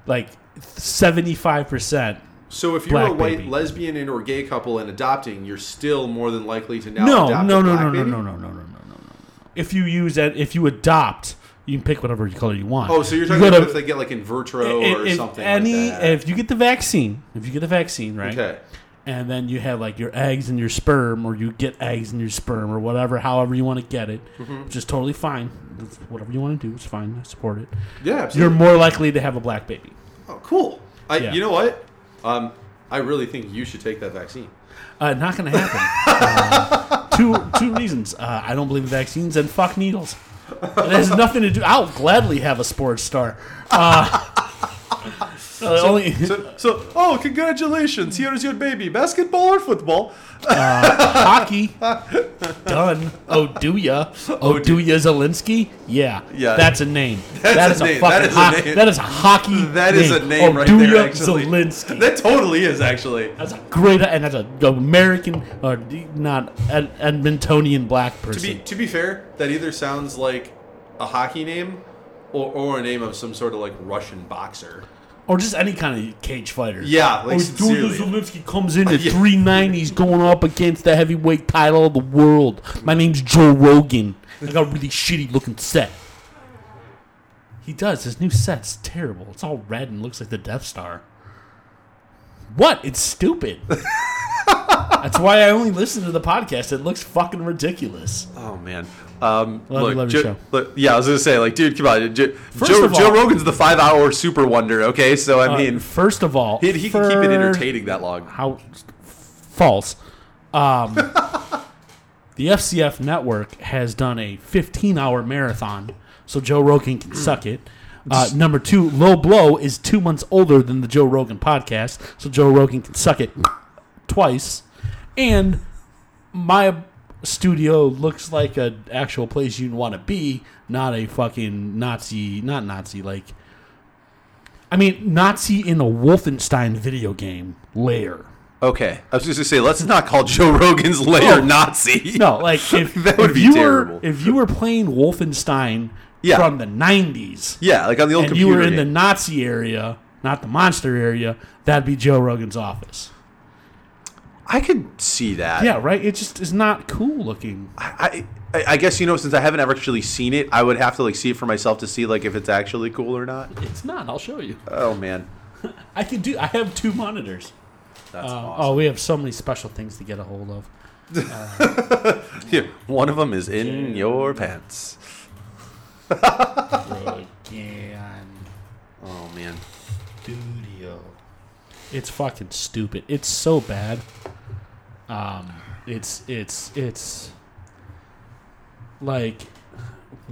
Speaker 3: like seventy five percent.
Speaker 6: So if you're a
Speaker 3: Black
Speaker 6: white
Speaker 3: baby.
Speaker 6: lesbian and or gay couple and adopting, you're still more than likely to now
Speaker 3: No,
Speaker 6: adopt
Speaker 3: no, no,
Speaker 6: a black
Speaker 3: no, no, no,
Speaker 6: baby?
Speaker 3: no, no, no, no, no, no. If you use that, if you adopt, you can pick whatever color you want.
Speaker 6: Oh, so you're
Speaker 3: You
Speaker 6: talking
Speaker 3: go
Speaker 6: about
Speaker 3: to-
Speaker 6: if they get like Invertro
Speaker 3: if-
Speaker 6: or
Speaker 3: if
Speaker 6: something
Speaker 3: Any,
Speaker 6: like that.
Speaker 3: if you get the vaccine, if you get the vaccine, right?
Speaker 6: okay.
Speaker 3: and then you have like your eggs and your sperm, or you get eggs and your sperm, or whatever, however you want to get it,
Speaker 6: Mm-hmm.
Speaker 3: which is totally fine. That's- Whatever you want to do, it's fine. I support it.
Speaker 6: Yeah,
Speaker 3: You're
Speaker 6: absolutely.
Speaker 3: more likely to have a black baby.
Speaker 6: Oh, cool. I,
Speaker 3: Yeah.
Speaker 6: You know what? Um, I really think you should take that vaccine.
Speaker 3: Uh, not going to happen. uh, two two reasons. Uh, I don't believe in vaccines, and fuck needles. It has nothing to do. I'll gladly have a sports star. Uh, uh, only
Speaker 4: so, so, oh, congratulations! Here's your baby. Basketball or football?
Speaker 3: hockey. Done. Oh, do ya? Oh, do ya, Zelensky? Yeah.
Speaker 4: Yeah.
Speaker 3: That's a name.
Speaker 4: That's
Speaker 3: That
Speaker 4: a
Speaker 3: is a
Speaker 4: name.
Speaker 3: fucking
Speaker 4: That is a
Speaker 3: hockey.
Speaker 4: name.
Speaker 3: That is a hockey.
Speaker 4: That is a name right
Speaker 3: oh,
Speaker 4: there.
Speaker 3: Duya
Speaker 4: Actually,
Speaker 3: Zelensky.
Speaker 4: that totally is actually.
Speaker 3: that's a great, and that's a American, or not an Edmontonian black
Speaker 6: To be
Speaker 3: person.
Speaker 6: to be fair, that either sounds like a hockey name or, or a name of some sort of like Russian boxer.
Speaker 3: or just any kind of cage fighter.
Speaker 6: Yeah, like
Speaker 3: or
Speaker 6: sincerely.
Speaker 3: Duya Zelensky comes in at
Speaker 6: Yeah.
Speaker 3: 390s going up against the heavyweight title of the world. My name's Joe Rogan. I got a really shitty looking set. He does. His new set's terrible. It's all red and looks like the Death Star. What? It's stupid. That's why I only listen to the podcast. It looks fucking ridiculous.
Speaker 4: Oh man. Um,
Speaker 3: Love-
Speaker 4: look,
Speaker 3: love
Speaker 4: Jo-
Speaker 3: your show.
Speaker 4: look- yeah, I was gonna say, like, dude, come on, Jo- Joe,
Speaker 3: of all-
Speaker 4: Joe Rogan's the five-hour super wonder. Okay, so I
Speaker 3: Uh,
Speaker 4: mean,
Speaker 3: first of all,
Speaker 4: he, he can keep it
Speaker 3: fir-
Speaker 4: entertaining that long.
Speaker 3: how false. Um, the FCF network has done a 15 hour marathon, so Joe Rogan can suck it. Uh, number two, Low Blow is two months older than the Joe Rogan podcast, so Joe Rogan can suck it twice. And my studio looks like an actual place you'd want to be, not a fucking Nazi, not Nazi, like. I mean, Nazi in a Wolfenstein video game lair.
Speaker 4: Okay, I was just gonna say, let's not call Joe Rogan's layer
Speaker 3: Oh.
Speaker 4: Nazi.
Speaker 3: No, like if
Speaker 4: That would
Speaker 3: if
Speaker 4: be
Speaker 3: you
Speaker 4: terrible.
Speaker 3: were if you were playing Wolfenstein
Speaker 4: Yeah.
Speaker 3: from the '90s
Speaker 4: Yeah, like on the old
Speaker 3: and you
Speaker 4: computer.
Speaker 3: were in the
Speaker 4: game.
Speaker 3: Nazi area, not the monster area, that'd be Joe Rogan's office.
Speaker 4: I could see that.
Speaker 3: Yeah, right. It just is not cool looking.
Speaker 4: I, I I guess you know since I haven't actually seen it, I would have to like see it for myself to see like if it's actually cool or not.
Speaker 3: It's not. I'll show you.
Speaker 4: Oh man,
Speaker 3: I can do. I have two monitors.
Speaker 4: that's
Speaker 3: Uh,
Speaker 4: awesome.
Speaker 3: Oh, we have so many special things to get a hold of.
Speaker 4: Yeah, one of them is in your pants.
Speaker 3: Again,
Speaker 4: Oh man,
Speaker 3: studio. It's fucking stupid. It's so bad. Um, it's it's it's like,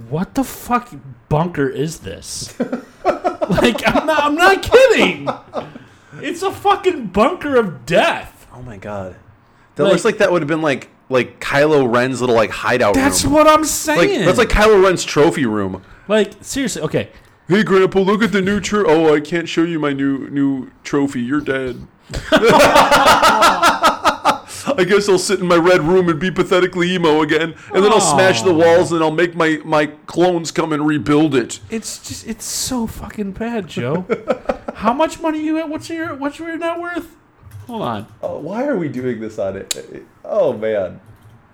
Speaker 3: what the fuck bunker is this? like, I'm not, I'm not kidding. It's a fucking bunker of death.
Speaker 4: oh my god, that
Speaker 3: Like-
Speaker 4: looks like that would have been like like Kylo Ren's little like hideout.
Speaker 3: That's
Speaker 4: room.
Speaker 3: what I'm
Speaker 4: like
Speaker 3: saying.
Speaker 4: that's like Kylo Ren's trophy room.
Speaker 3: like seriously. Okay,
Speaker 4: Hey Grandpa, look at the new trophy. Oh, I can't show you my new new trophy. You're dead. I guess I'll sit in my red room and be pathetically emo again, and then I'll smash the walls and I'll make my my clones come and rebuild it.
Speaker 3: It's just it's so fucking bad, Joe. How much money you at? What's your what's your net worth? Hold on.
Speaker 4: Uh, why are we doing this on it? Oh man,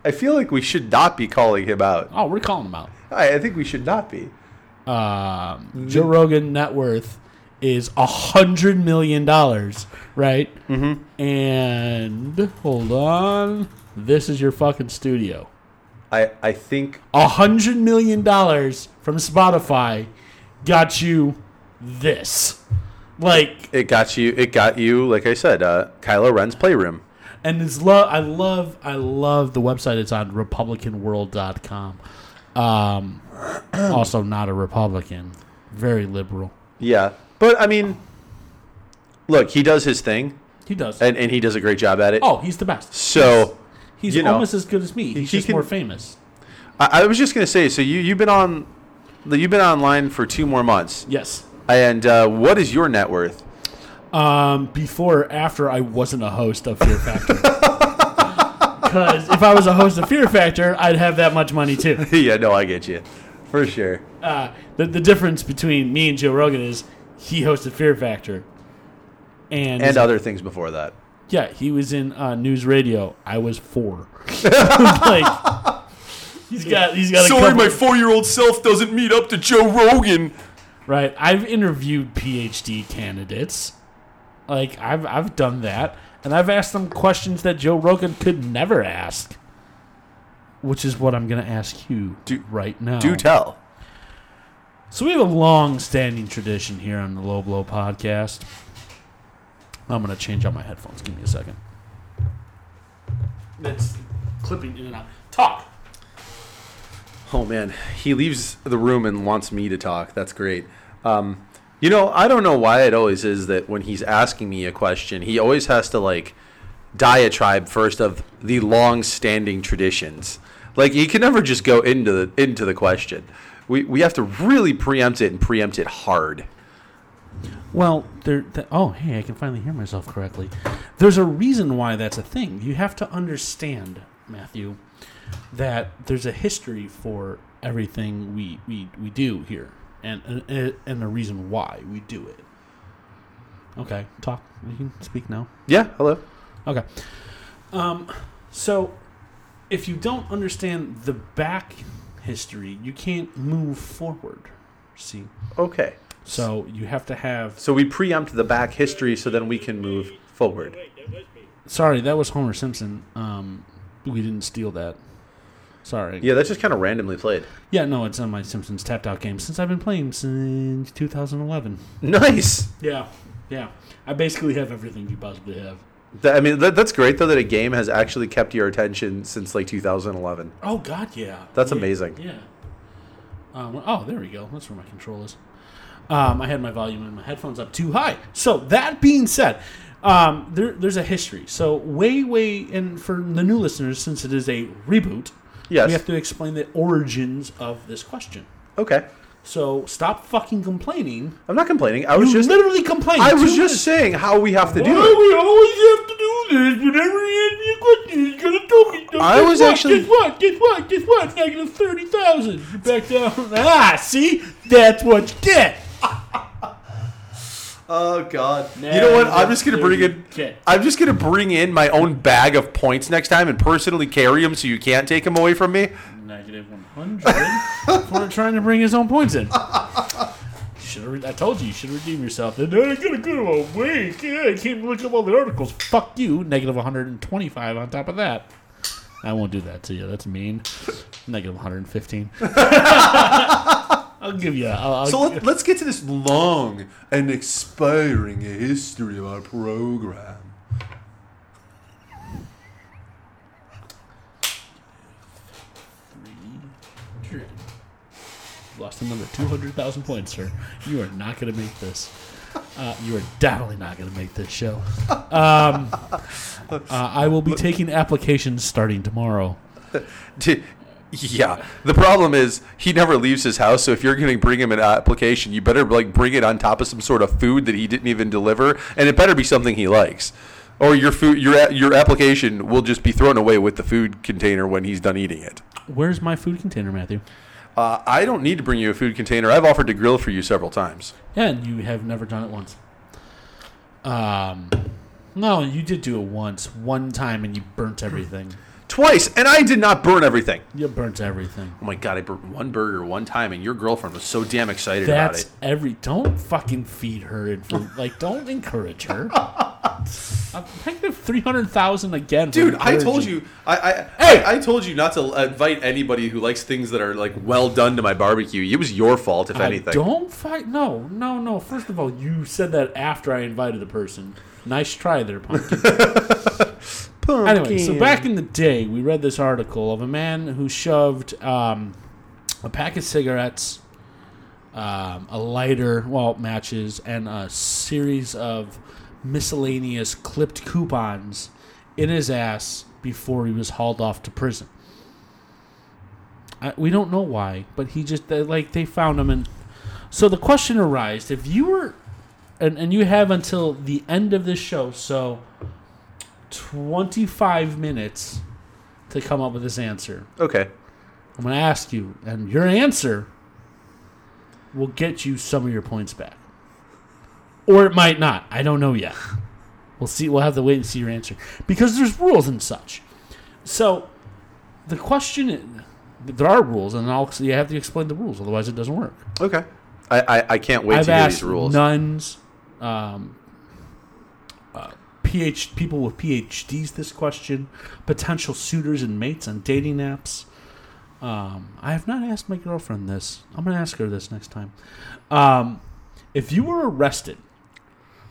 Speaker 4: I feel like we should not be calling him out.
Speaker 3: Oh, we're calling him out.
Speaker 4: I, I think we should not be.
Speaker 3: Um, Joe Rogan net worth is a hundred million dollars, right? Mm-hmm. And hold on, this is your fucking studio.
Speaker 4: I I think
Speaker 3: A hundred million dollars from Spotify got you this, like.
Speaker 4: it got you. It got you. Like I said, uh, Kylo Ren's playroom.
Speaker 3: and it's love i love i love the website it's on republicanworld.com um also not a republican very liberal
Speaker 4: Yeah, but I mean, look, he does his thing,
Speaker 3: he does
Speaker 4: and, and he does a great job at it.
Speaker 3: oh he's the best
Speaker 4: so
Speaker 3: he's
Speaker 4: you know,
Speaker 3: almost as good as me he's
Speaker 4: he
Speaker 3: just
Speaker 4: can-
Speaker 3: more famous
Speaker 4: I, I was just gonna say. So you you've been on, you've been online for two more months.
Speaker 3: Yes.
Speaker 4: And uh, what is your net worth?
Speaker 3: Um, before or after I wasn't a host of Fear Factor. Because if I was a host of Fear Factor, I'd have that much money too.
Speaker 4: yeah, no, I get you, for sure.
Speaker 3: Uh, the, the difference between me and Joe Rogan is he hosted Fear Factor. And,
Speaker 4: And uh, other things before that.
Speaker 3: yeah, he was in uh, news radio. I was four. like, he's got he's got a couple-
Speaker 6: four-year-old self doesn't meet up to Joe Rogan.
Speaker 3: Right. I've interviewed PhD candidates. Like I've I've done that and I've asked them questions that Joe Rogan could never ask. Which is what I'm going to ask you
Speaker 4: Do-
Speaker 3: right now.
Speaker 4: Do tell.
Speaker 3: so we have a long-standing tradition here on the Low Blow podcast. I'm going to change out my headphones. Give me a second. That's clipping in and out. Talk.
Speaker 4: Oh man, he leaves the room and wants me to talk. That's great. Um, you know, I don't know why it always is that when he's asking me a question, he always has to like diatribe first of the long-standing traditions. Like he can never just go into the into the question. We we have to really preempt it and preempt it hard.
Speaker 3: Well, there. Th- oh, hey, I can finally hear myself correctly. There's a reason why that's a thing. You have to understand, Matthew, that there's a history for everything we we, we do here, and and and a reason why we do it. Okay, talk. You can speak now.
Speaker 4: Yeah. Hello.
Speaker 3: Okay. Um, so, if you don't understand the back history, you can't move forward. See,
Speaker 4: Okay.
Speaker 3: so you have to have
Speaker 4: So we preempt the back history so then we can move forward.
Speaker 3: Sorry, that was Homer Simpson. Um, we didn't steal that. Sorry.
Speaker 4: Yeah, that's just kind of randomly played.
Speaker 3: Yeah, no, it's on my Simpsons tapped out game since I've been playing since 2011.
Speaker 4: Nice.
Speaker 3: Yeah, yeah. I basically have everything you possibly have.
Speaker 4: That, I mean, that, that's great though that a game has actually kept your attention since like 2011.
Speaker 3: Oh God, yeah.
Speaker 4: That's
Speaker 3: Yeah,
Speaker 4: amazing.
Speaker 3: Yeah. Um, oh, there we go. That's where my control is. Um, I had my volume and my headphones up too high. So that being said, um, there, there's a history. So way, way, and for the new listeners, since it is a reboot,
Speaker 4: Yes.
Speaker 3: we have to explain the origins of this question.
Speaker 4: Okay,
Speaker 3: So stop fucking complaining.
Speaker 4: I'm not complaining. I was
Speaker 3: You
Speaker 4: just
Speaker 3: literally complaining.
Speaker 4: I was
Speaker 3: Two
Speaker 4: just saying how we have to
Speaker 3: minutes.
Speaker 4: do it.
Speaker 3: we always have to do this? Whenever you ask me a question, he's gonna tell me. No,
Speaker 4: I
Speaker 3: guess
Speaker 4: was
Speaker 3: what,
Speaker 4: actually-
Speaker 3: Guess what? Guess what? Guess what? Negative thirty thousand. You back down. Ah, see, that's what you get.
Speaker 6: Oh God.
Speaker 4: You know what? I'm just gonna bring in. I'm just gonna bring in my own bag of points next time and personally carry them so you can't take them away from me.
Speaker 3: Negative one hundred for trying to bring his own points in. Should re- I told you you should redeem yourself. Then I gotta go away. Yeah, I can't look up all the articles. Fuck you. Negative 125 on top of that. I won't do that to you. That's mean. Negative 115. I'll give you. I'll, I'll
Speaker 6: So let, let's get to this long and expiring history of our program.
Speaker 3: You've Lost another 200,000 points, sir. You are not going to make this. Uh, you are definitely not going to make this show. Um, uh, I will be taking applications starting tomorrow.
Speaker 4: T- Yeah. The problem is he never leaves his house. So if you're gonna bring him an application, you better like bring it on top of some sort of food that he didn't even deliver, and it better be something he likes. Or your food, your a- your application will just be thrown away with the food container when he's done eating it.
Speaker 3: Where's my food container, Matthew?
Speaker 4: Uh, I don't need to bring you a food container. I've offered to grill for you several times.
Speaker 3: And you have never done it once. Um, no, you did do it once, one time, and you burnt everything.
Speaker 4: Twice, and I did not burn everything.
Speaker 3: You burnt everything.
Speaker 4: Oh my god, I burnt one burger one time, and your girlfriend was so damn excited about
Speaker 3: That's
Speaker 4: it.
Speaker 3: every. Don't fucking feed her info. like, don't encourage her. I'm negative three hundred thousand again, for
Speaker 6: Dude, I told
Speaker 3: encouraging.
Speaker 6: you. I I,
Speaker 4: Hey!
Speaker 6: I I told you not to invite anybody who likes things that are like well done to my barbecue. It was your fault, if
Speaker 3: I
Speaker 6: anything.
Speaker 3: don't fight. No, no, no. First of all, you said that after I invited the person. Nice try there, pumpkin. Anyway, so back in the day, we read this article of a man who shoved um, a pack of cigarettes, um, a lighter, well, matches, and a series of miscellaneous clipped coupons in his ass before he was hauled off to prison. I, we don't know why, but he just they, like they found him, and so the question arised: if you were, and and you have until the end of this show, so twenty five minutes to come up with this answer.
Speaker 4: Okay.
Speaker 3: I'm going to ask you, and your answer will get you some of your points back, or it might not. I don't know yet. We'll see. We'll have to wait and see your answer because there's rules and such. So the question i- there are rules, and I'll, you have to explain the rules, otherwise it doesn't work.
Speaker 4: Okay. I, I, I can't wait
Speaker 3: I've
Speaker 4: to hear
Speaker 3: asked
Speaker 4: these rules.
Speaker 3: nuns, um, uh, PhD people with PhDs this question, potential suitors and mates on dating apps. Um, I have not asked my girlfriend this. I'm going to ask her this next time. Um, if you were arrested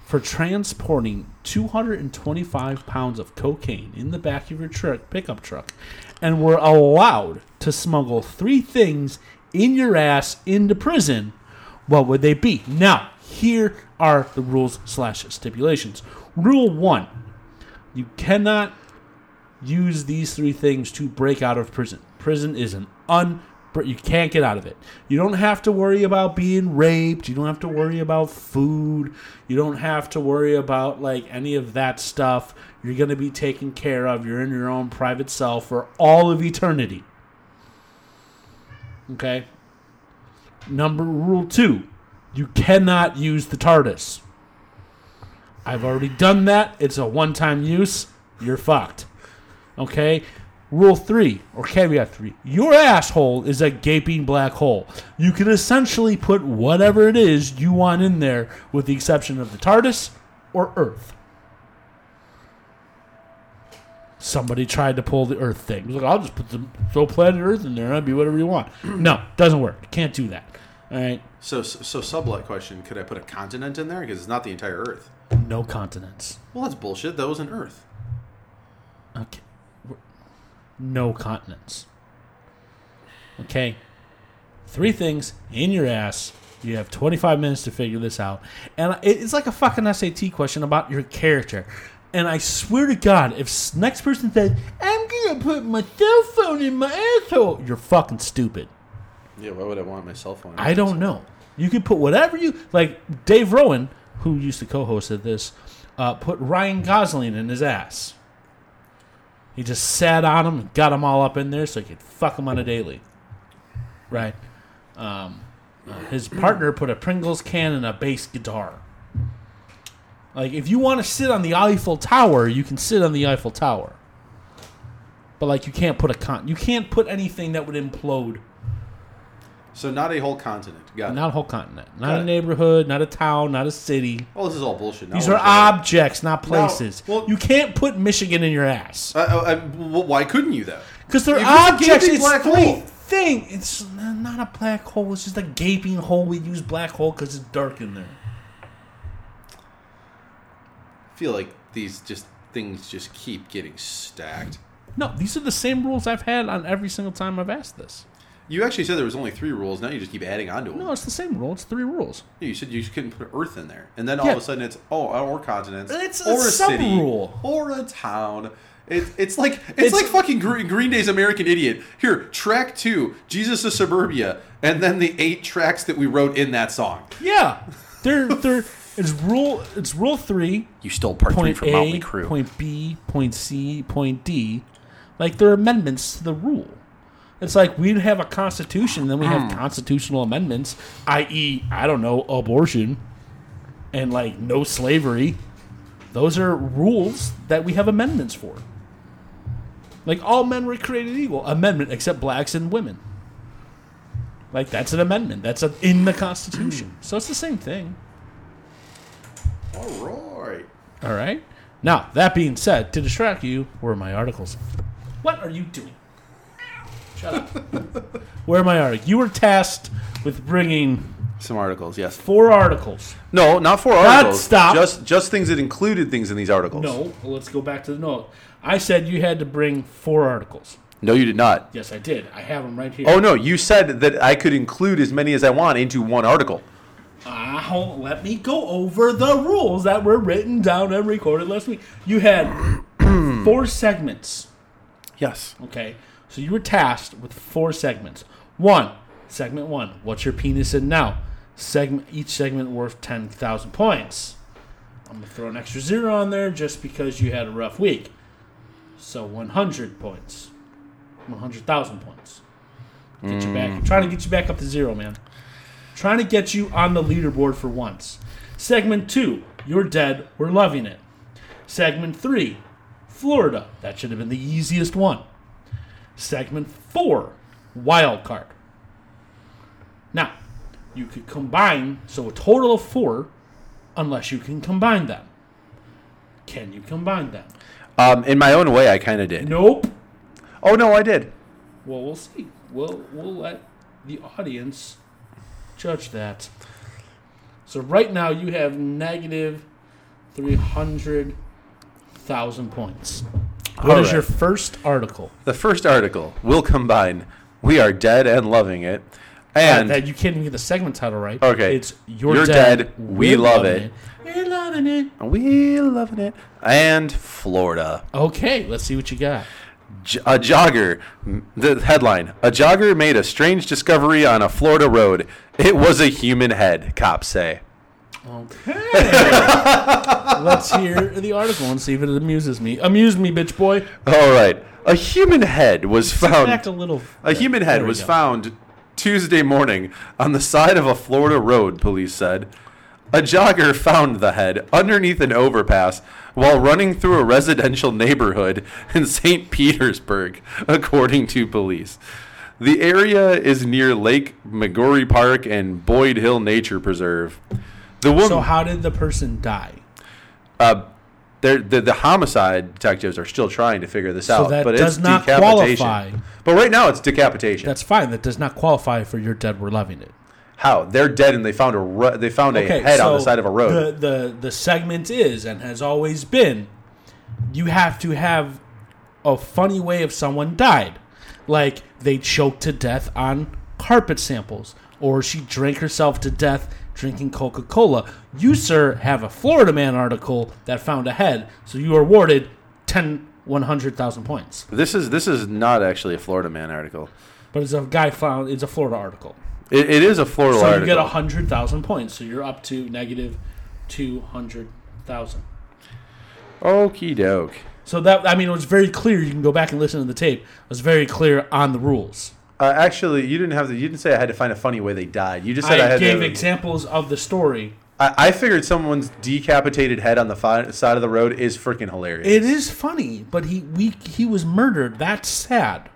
Speaker 3: for transporting 225 pounds of cocaine in the back of your truck pickup truck and were allowed to smuggle three things in your ass into prison what would they be now here are the rules slash stipulations rule one you cannot use these three things to break out of prison. Prison is an un you can't get out of it. You don't have to worry about being raped, you don't have to worry about food, you don't have to worry about like any of that stuff. You're going to be taken care of. You're in your own private cell for all of eternity. Okay? Number rule 2. You cannot use the TARDIS. I've already done that. It's a one-time use. You're fucked. Okay. Rule three, or caveat three, your asshole is a gaping black hole. You can essentially put whatever it is you want in there, with the exception of the TARDIS or Earth. Somebody tried to pull the Earth thing. It was like, I'll just put the throw planet Earth in there and I'll be whatever you want. No, doesn't work. Can't do that. All right.
Speaker 6: So, so sublet question: Could I put a continent in there? Because it's not the entire Earth.
Speaker 3: No continents.
Speaker 6: Well, that's bullshit. That was an Earth.
Speaker 3: Okay. No continents. Okay. Three things in your ass. You have 25 minutes to figure this out. And it- it's like a fucking SAT question about your character. And I swear to God, if s- next person says, I'm going to put my cell phone in my asshole, you're fucking stupid.
Speaker 6: Yeah. Why would I want my cell phone?
Speaker 3: I don't know. You could put whatever you like. Dave Rowan, who used to co-host at this, uh, put Ryan Gosling in his ass. He just sat on him and got him all up in there so he could fuck him on a daily. Right. Um, uh, his partner put a Pringles can and a bass guitar. Like, if you want to sit on the Eiffel Tower, you can sit on the Eiffel Tower. But like, you can't put a con. You can't put anything that would implode
Speaker 6: So not a whole continent. Got it.
Speaker 3: not a whole continent. Not
Speaker 6: Got
Speaker 3: a
Speaker 6: it.
Speaker 3: neighborhood, not a town, not a city.
Speaker 6: Well, this is all bullshit. Now
Speaker 3: These
Speaker 6: what
Speaker 3: are
Speaker 6: is that?
Speaker 3: objects, not places.
Speaker 6: well-
Speaker 3: you can't put Michigan in your ass.
Speaker 6: I, I, I, well, why couldn't you though?
Speaker 3: Because they're
Speaker 6: It was a
Speaker 3: objects.
Speaker 6: gaping
Speaker 3: It's
Speaker 6: black
Speaker 3: three
Speaker 6: hole.
Speaker 3: thing. It's n- not a black hole. It's just a gaping hole. We use black hole because it's dark in there.
Speaker 6: I feel like these just things just keep getting stacked.
Speaker 3: No, these are the same rules I've had on every single time I've asked this.
Speaker 6: You actually said there was only three rules. Now you just keep adding on to them.
Speaker 3: No, it's the same rule. It's three rules.
Speaker 6: You said you couldn't put Earth in there, and then all
Speaker 3: Yeah.
Speaker 6: of a sudden it's oh, or continents,
Speaker 3: It's a
Speaker 6: or city,
Speaker 3: sub-rule.
Speaker 6: or a town. It, it's like
Speaker 3: It's-
Speaker 6: it's, like fucking Green, Green Day's American Idiot. Here, track two, Jesus of Suburbia, and then the eight tracks that we wrote in that song.
Speaker 3: Yeah, they're they're. It's rule. It's rule three.
Speaker 6: You stole part
Speaker 3: point A, point B, point C, point D. Like they're amendments to the rule. It's like we'd have a constitution, then we have
Speaker 6: Hmm.
Speaker 3: constitutional amendments, i.e., I don't know, abortion and like no slavery. Those are rules that we have amendments for. Like all men were created equal, amendment except blacks and women. Like that's an amendment. That's a, in the Constitution. so it's the same thing.
Speaker 6: All right.
Speaker 3: All right. Now, that being said, to distract you were my articles. What are you doing? Shut up. Where are my articles? You were tasked with bringing
Speaker 6: Some articles, yes.
Speaker 3: four articles.
Speaker 4: No, not for articles.
Speaker 3: stop.
Speaker 4: Just just things that included things in these articles.
Speaker 3: No, well, let's go back to the note. I said you had to bring four articles.
Speaker 4: No, you did not.
Speaker 3: Yes, I did. I have them right here.
Speaker 4: Oh no, you said that I could include as many as I want into one article.
Speaker 3: Ah, hold- let me go over the rules that were written down and recorded last week. You had four segments.
Speaker 4: Yes.
Speaker 3: Okay. So you were tasked with four segments. One, segment one, what's your penis in now? Segment each segment worth ten thousand points. I'm gonna throw an extra zero on there just because you had a rough week. So one hundred points. One hundred thousand points. Get you back. I'm trying to get you back up to zero, man. Trying to get you on the leaderboard for once. Segment two, you're dead, we're loving it. Segment three, Florida. That should have been the easiest one. Segment four, wild card. Now, you could combine, so a total of four, unless you can combine them. Can you combine them?
Speaker 4: Um, in my own way, I kind of did.
Speaker 3: Nope.
Speaker 4: Oh no, I did.
Speaker 3: Well, we'll see. We'll we'll let the audience judge that. So right now you have negative three hundred thousand points. What is
Speaker 4: Alright.
Speaker 3: your first article?
Speaker 4: The first article will combine. We are dead and loving it, and
Speaker 3: that you can't even get the segment title right.
Speaker 4: Okay.
Speaker 3: it's you're,
Speaker 4: You're
Speaker 3: dead,
Speaker 4: Dead, We
Speaker 3: we're
Speaker 4: Love
Speaker 3: loving
Speaker 4: It.
Speaker 3: We're loving it.
Speaker 4: we loving it. And Florida.
Speaker 3: Okay, let's see what you got.
Speaker 4: J- a jogger. The headline: A jogger made a strange discovery on a Florida road. It was a human head. Cops say.
Speaker 3: Okay, let's hear the article and see if it amuses me. Amuse me, bitch boy.
Speaker 4: All right. A human head was found.
Speaker 3: Back a little.
Speaker 4: Um, A human head
Speaker 3: There we
Speaker 4: was
Speaker 3: go.
Speaker 4: found Tuesday morning on the side of a Florida road, police said. A jogger found the head underneath an overpass while running through a residential neighborhood in St. Petersburg, according to police. The area is near Lake McGorry Park and Boyd Hill Nature Preserve. The woman,
Speaker 3: So how did the person die?
Speaker 4: they're- the, the homicide detectives are still trying to figure this out,
Speaker 3: that
Speaker 4: but
Speaker 3: does
Speaker 4: it's
Speaker 3: not
Speaker 4: decapitation.
Speaker 3: qualify.
Speaker 4: But right now, it's decapitation.
Speaker 3: That's fine. That does not qualify for your dead. We're loving it.
Speaker 4: How they're dead and they found a ru- they found a head on the side of a road.
Speaker 3: The, the the segment is and has always been, you have to have a funny way if someone died, like they choked to death on carpet samples, or she drank herself to death drinking Coca Cola. You sir have a Florida Man article that found a head, so you are awarded ten. 100,000 points.
Speaker 4: this is this is not actually a Florida Man article.
Speaker 3: But it's a guy found, it's a Florida article.
Speaker 4: It, it is a Florida
Speaker 3: So
Speaker 4: article.
Speaker 3: you get 100,000 points. So you're up to negative 200,000.
Speaker 4: Okie doke.
Speaker 3: So that I mean, it was very clear. You can go back and listen to the tape. It was very clear on the rules.
Speaker 4: Uh, actually, you didn't have to, you didn't say I had to find a funny way they died. You just said I,
Speaker 3: I
Speaker 4: had
Speaker 3: gave
Speaker 4: to,
Speaker 3: examples of the story.
Speaker 4: I, I figured someone's decapitated head on the fi- side of the road is freaking hilarious.
Speaker 3: It is funny, but he we he was murdered. That's sad.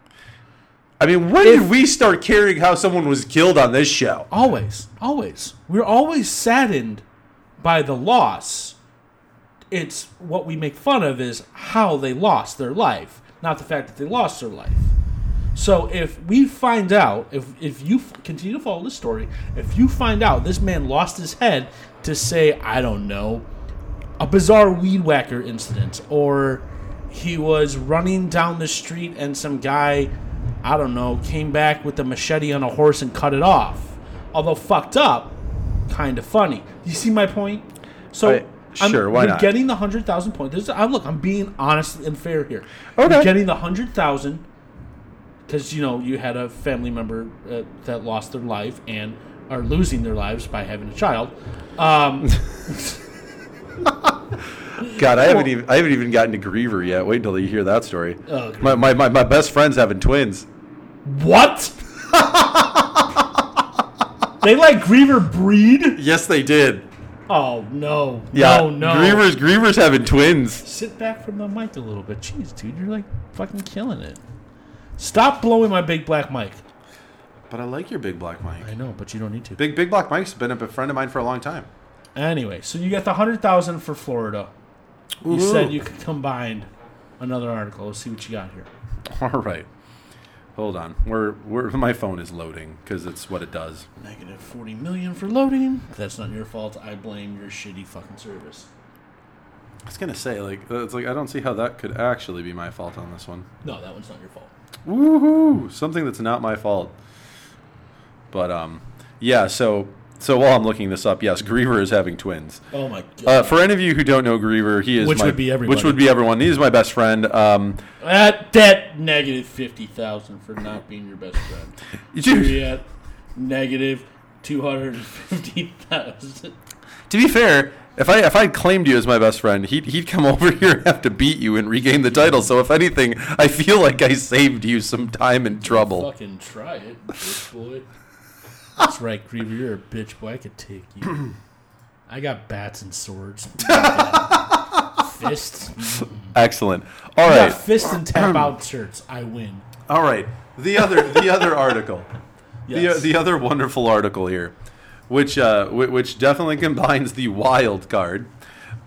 Speaker 4: I mean, when did we start caring how someone was killed on this show?
Speaker 3: Always, always, we're always saddened by the loss. It's what we make fun of is how they lost their life, not the fact that they lost their life. So if we find out, if if you f- continue to follow this story, if you find out this man lost his head to say, I don't know, a bizarre weed whacker incident, or he was running down the street and some guy, I don't know, came back with a machete on a horse and cut it off. Although fucked up, kind of funny. You see my point? So.
Speaker 4: I- sure, why
Speaker 3: you're
Speaker 4: not?
Speaker 3: getting the hundred thousand points. This is, I look, I'm being honest and fair here. You're
Speaker 4: Okay.
Speaker 3: getting the hundred thousand because you know you had a family member uh, that lost their life and are losing their lives by having a child. Um,
Speaker 4: God, I haven't even I haven't even gotten to Griever yet. Wait until you hear that story.
Speaker 3: Oh, Griever.
Speaker 4: my, my, my my best friend's having twins.
Speaker 3: what? they let Griever breed?
Speaker 4: Yes, they did.
Speaker 3: Oh no!
Speaker 4: Yeah,
Speaker 3: no, no.
Speaker 4: Griever's Griever's having twins.
Speaker 3: Sit back from the mic a little bit. Jeez, dude, you're like fucking killing it. Stop blowing my big black mic.
Speaker 6: But I like your big black mic.
Speaker 3: I know, but you don't need to.
Speaker 6: Big big black mic's been a friend of mine for a long time.
Speaker 3: Anyway, so you got the hundred thousand for Florida. You said you could combine another article. Let's see what you got here.
Speaker 4: All right. Hold on. We're, we're my phone is loading because it's what it does.
Speaker 3: Negative forty million for loading. That's not your fault. I blame your shitty fucking service.
Speaker 6: I was gonna say like uh, it's like I don't see how that could actually be my fault on this one.
Speaker 3: No, that one's not your fault.
Speaker 4: Woohoo! Something that's not my fault. But um, yeah. So So while I'm looking this up, yes, Griever is having twins.
Speaker 3: Oh my god.
Speaker 4: Uh, for any of you who don't know Griever, he is
Speaker 3: Which
Speaker 4: my-
Speaker 3: would be everybody.
Speaker 4: Which would be everyone. He's my best friend. Um,
Speaker 3: At that negative fifty thousand for not being your best friend.
Speaker 4: dude,
Speaker 3: You're at negative two hundred and fifty thousand.
Speaker 4: to be fair, if I if I claimed you as my best friend, he'd he'd come over here and have to beat you and regain the title. So if anything, I feel like I saved you some time and trouble.
Speaker 3: Fucking try it, bitch boy. That's right, Griever. You're a bitch boy. I could take you. I got bats and swords. Fists.
Speaker 4: Excellent. All
Speaker 3: I
Speaker 4: right,
Speaker 3: got fist and tap out shirts. I win.
Speaker 4: all right. The other the other article.
Speaker 3: Yes.
Speaker 4: The, the other wonderful article here, which uh, whi- which definitely combines the wild card,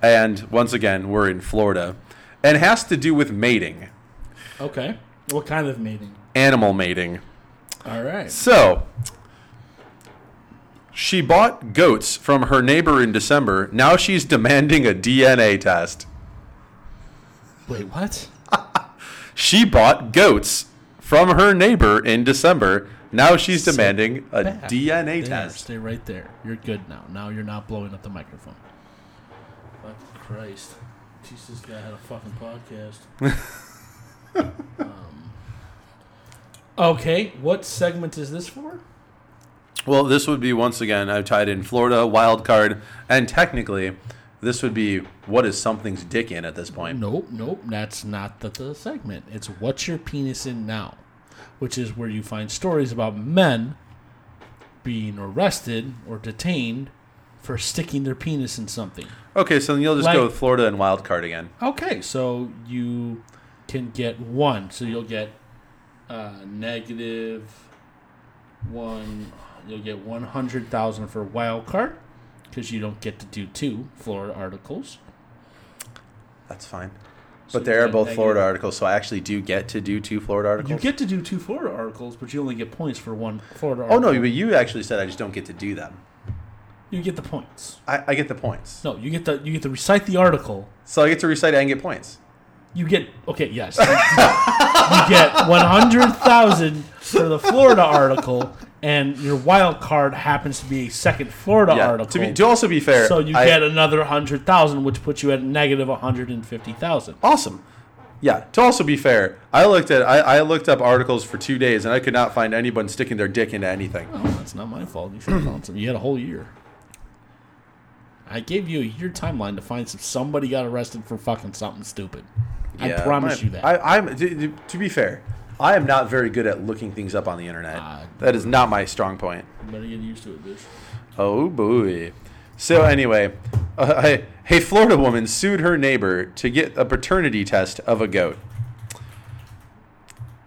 Speaker 4: and once again we're in Florida, and has to do with mating,
Speaker 3: okay. What kind of mating?
Speaker 4: animal mating.
Speaker 3: All right.
Speaker 4: So she bought goats from her neighbor in December. Now she's demanding a DNA test.
Speaker 3: Wait, what?
Speaker 4: She bought goats from her neighbor in December. Now she's demanding a
Speaker 3: Bad.
Speaker 4: DNA
Speaker 3: There,
Speaker 4: test.
Speaker 3: Stay right there. You're good now. Now you're not blowing up the microphone. Fucking Christ. Jesus, guy had a fucking podcast. um, okay, what segment is this for?
Speaker 4: Well, this would be once again I've tied in Florida wild card, and technically, this would be what is something's dick in at this point.
Speaker 3: Nope, nope. That's not the, the segment. It's what's your penis in now, which is where you find stories about men being arrested or detained for sticking their penis in something.
Speaker 4: Okay, so then you'll just
Speaker 3: Like-
Speaker 4: go with Florida and wild card again.
Speaker 3: Okay, so you can get one. So you'll get uh, negative one. You'll get one hundred thousand for wild card because you don't get to do two Florida articles.
Speaker 4: That's fine.
Speaker 3: So
Speaker 4: But they are
Speaker 3: you
Speaker 4: both
Speaker 3: get
Speaker 4: Florida
Speaker 3: negative-
Speaker 4: articles, so I actually do get to do two Florida articles.
Speaker 3: You get to do two Florida articles, but you only get points for one Florida.
Speaker 4: oh
Speaker 3: Article.
Speaker 4: no, but you actually said I just don't get to do them.
Speaker 3: you get the points.
Speaker 4: I, I get the points,
Speaker 3: No, you get the you get to recite the article.
Speaker 4: so I get to recite and get points.
Speaker 3: You get okay, yes. you get one hundred thousand for the Florida article, and your wild card happens to be a second Florida
Speaker 4: Yeah.
Speaker 3: article.
Speaker 4: To, be, to also be fair,
Speaker 3: so you
Speaker 4: I-
Speaker 3: get another hundred thousand, which puts you at negative one hundred and fifty thousand.
Speaker 4: awesome. Yeah. To also be fair, I looked at I, I looked up articles for two days and I could not find anyone sticking their dick into anything.
Speaker 3: Oh, that's not my fault. You should have found some. You had a whole year. I gave you a year timeline to find some. Somebody got arrested for fucking something stupid. I
Speaker 4: Yeah,
Speaker 3: promise
Speaker 4: my-
Speaker 3: you that.
Speaker 4: I, I'm to, to- to be fair, I am not very good at looking things up on the internet.
Speaker 3: Ah.
Speaker 4: that is not my strong point.
Speaker 3: better get used to it, bitch.
Speaker 4: Oh boy. So anyway, uh, a, a Florida woman sued her neighbor to get a paternity test of a goat.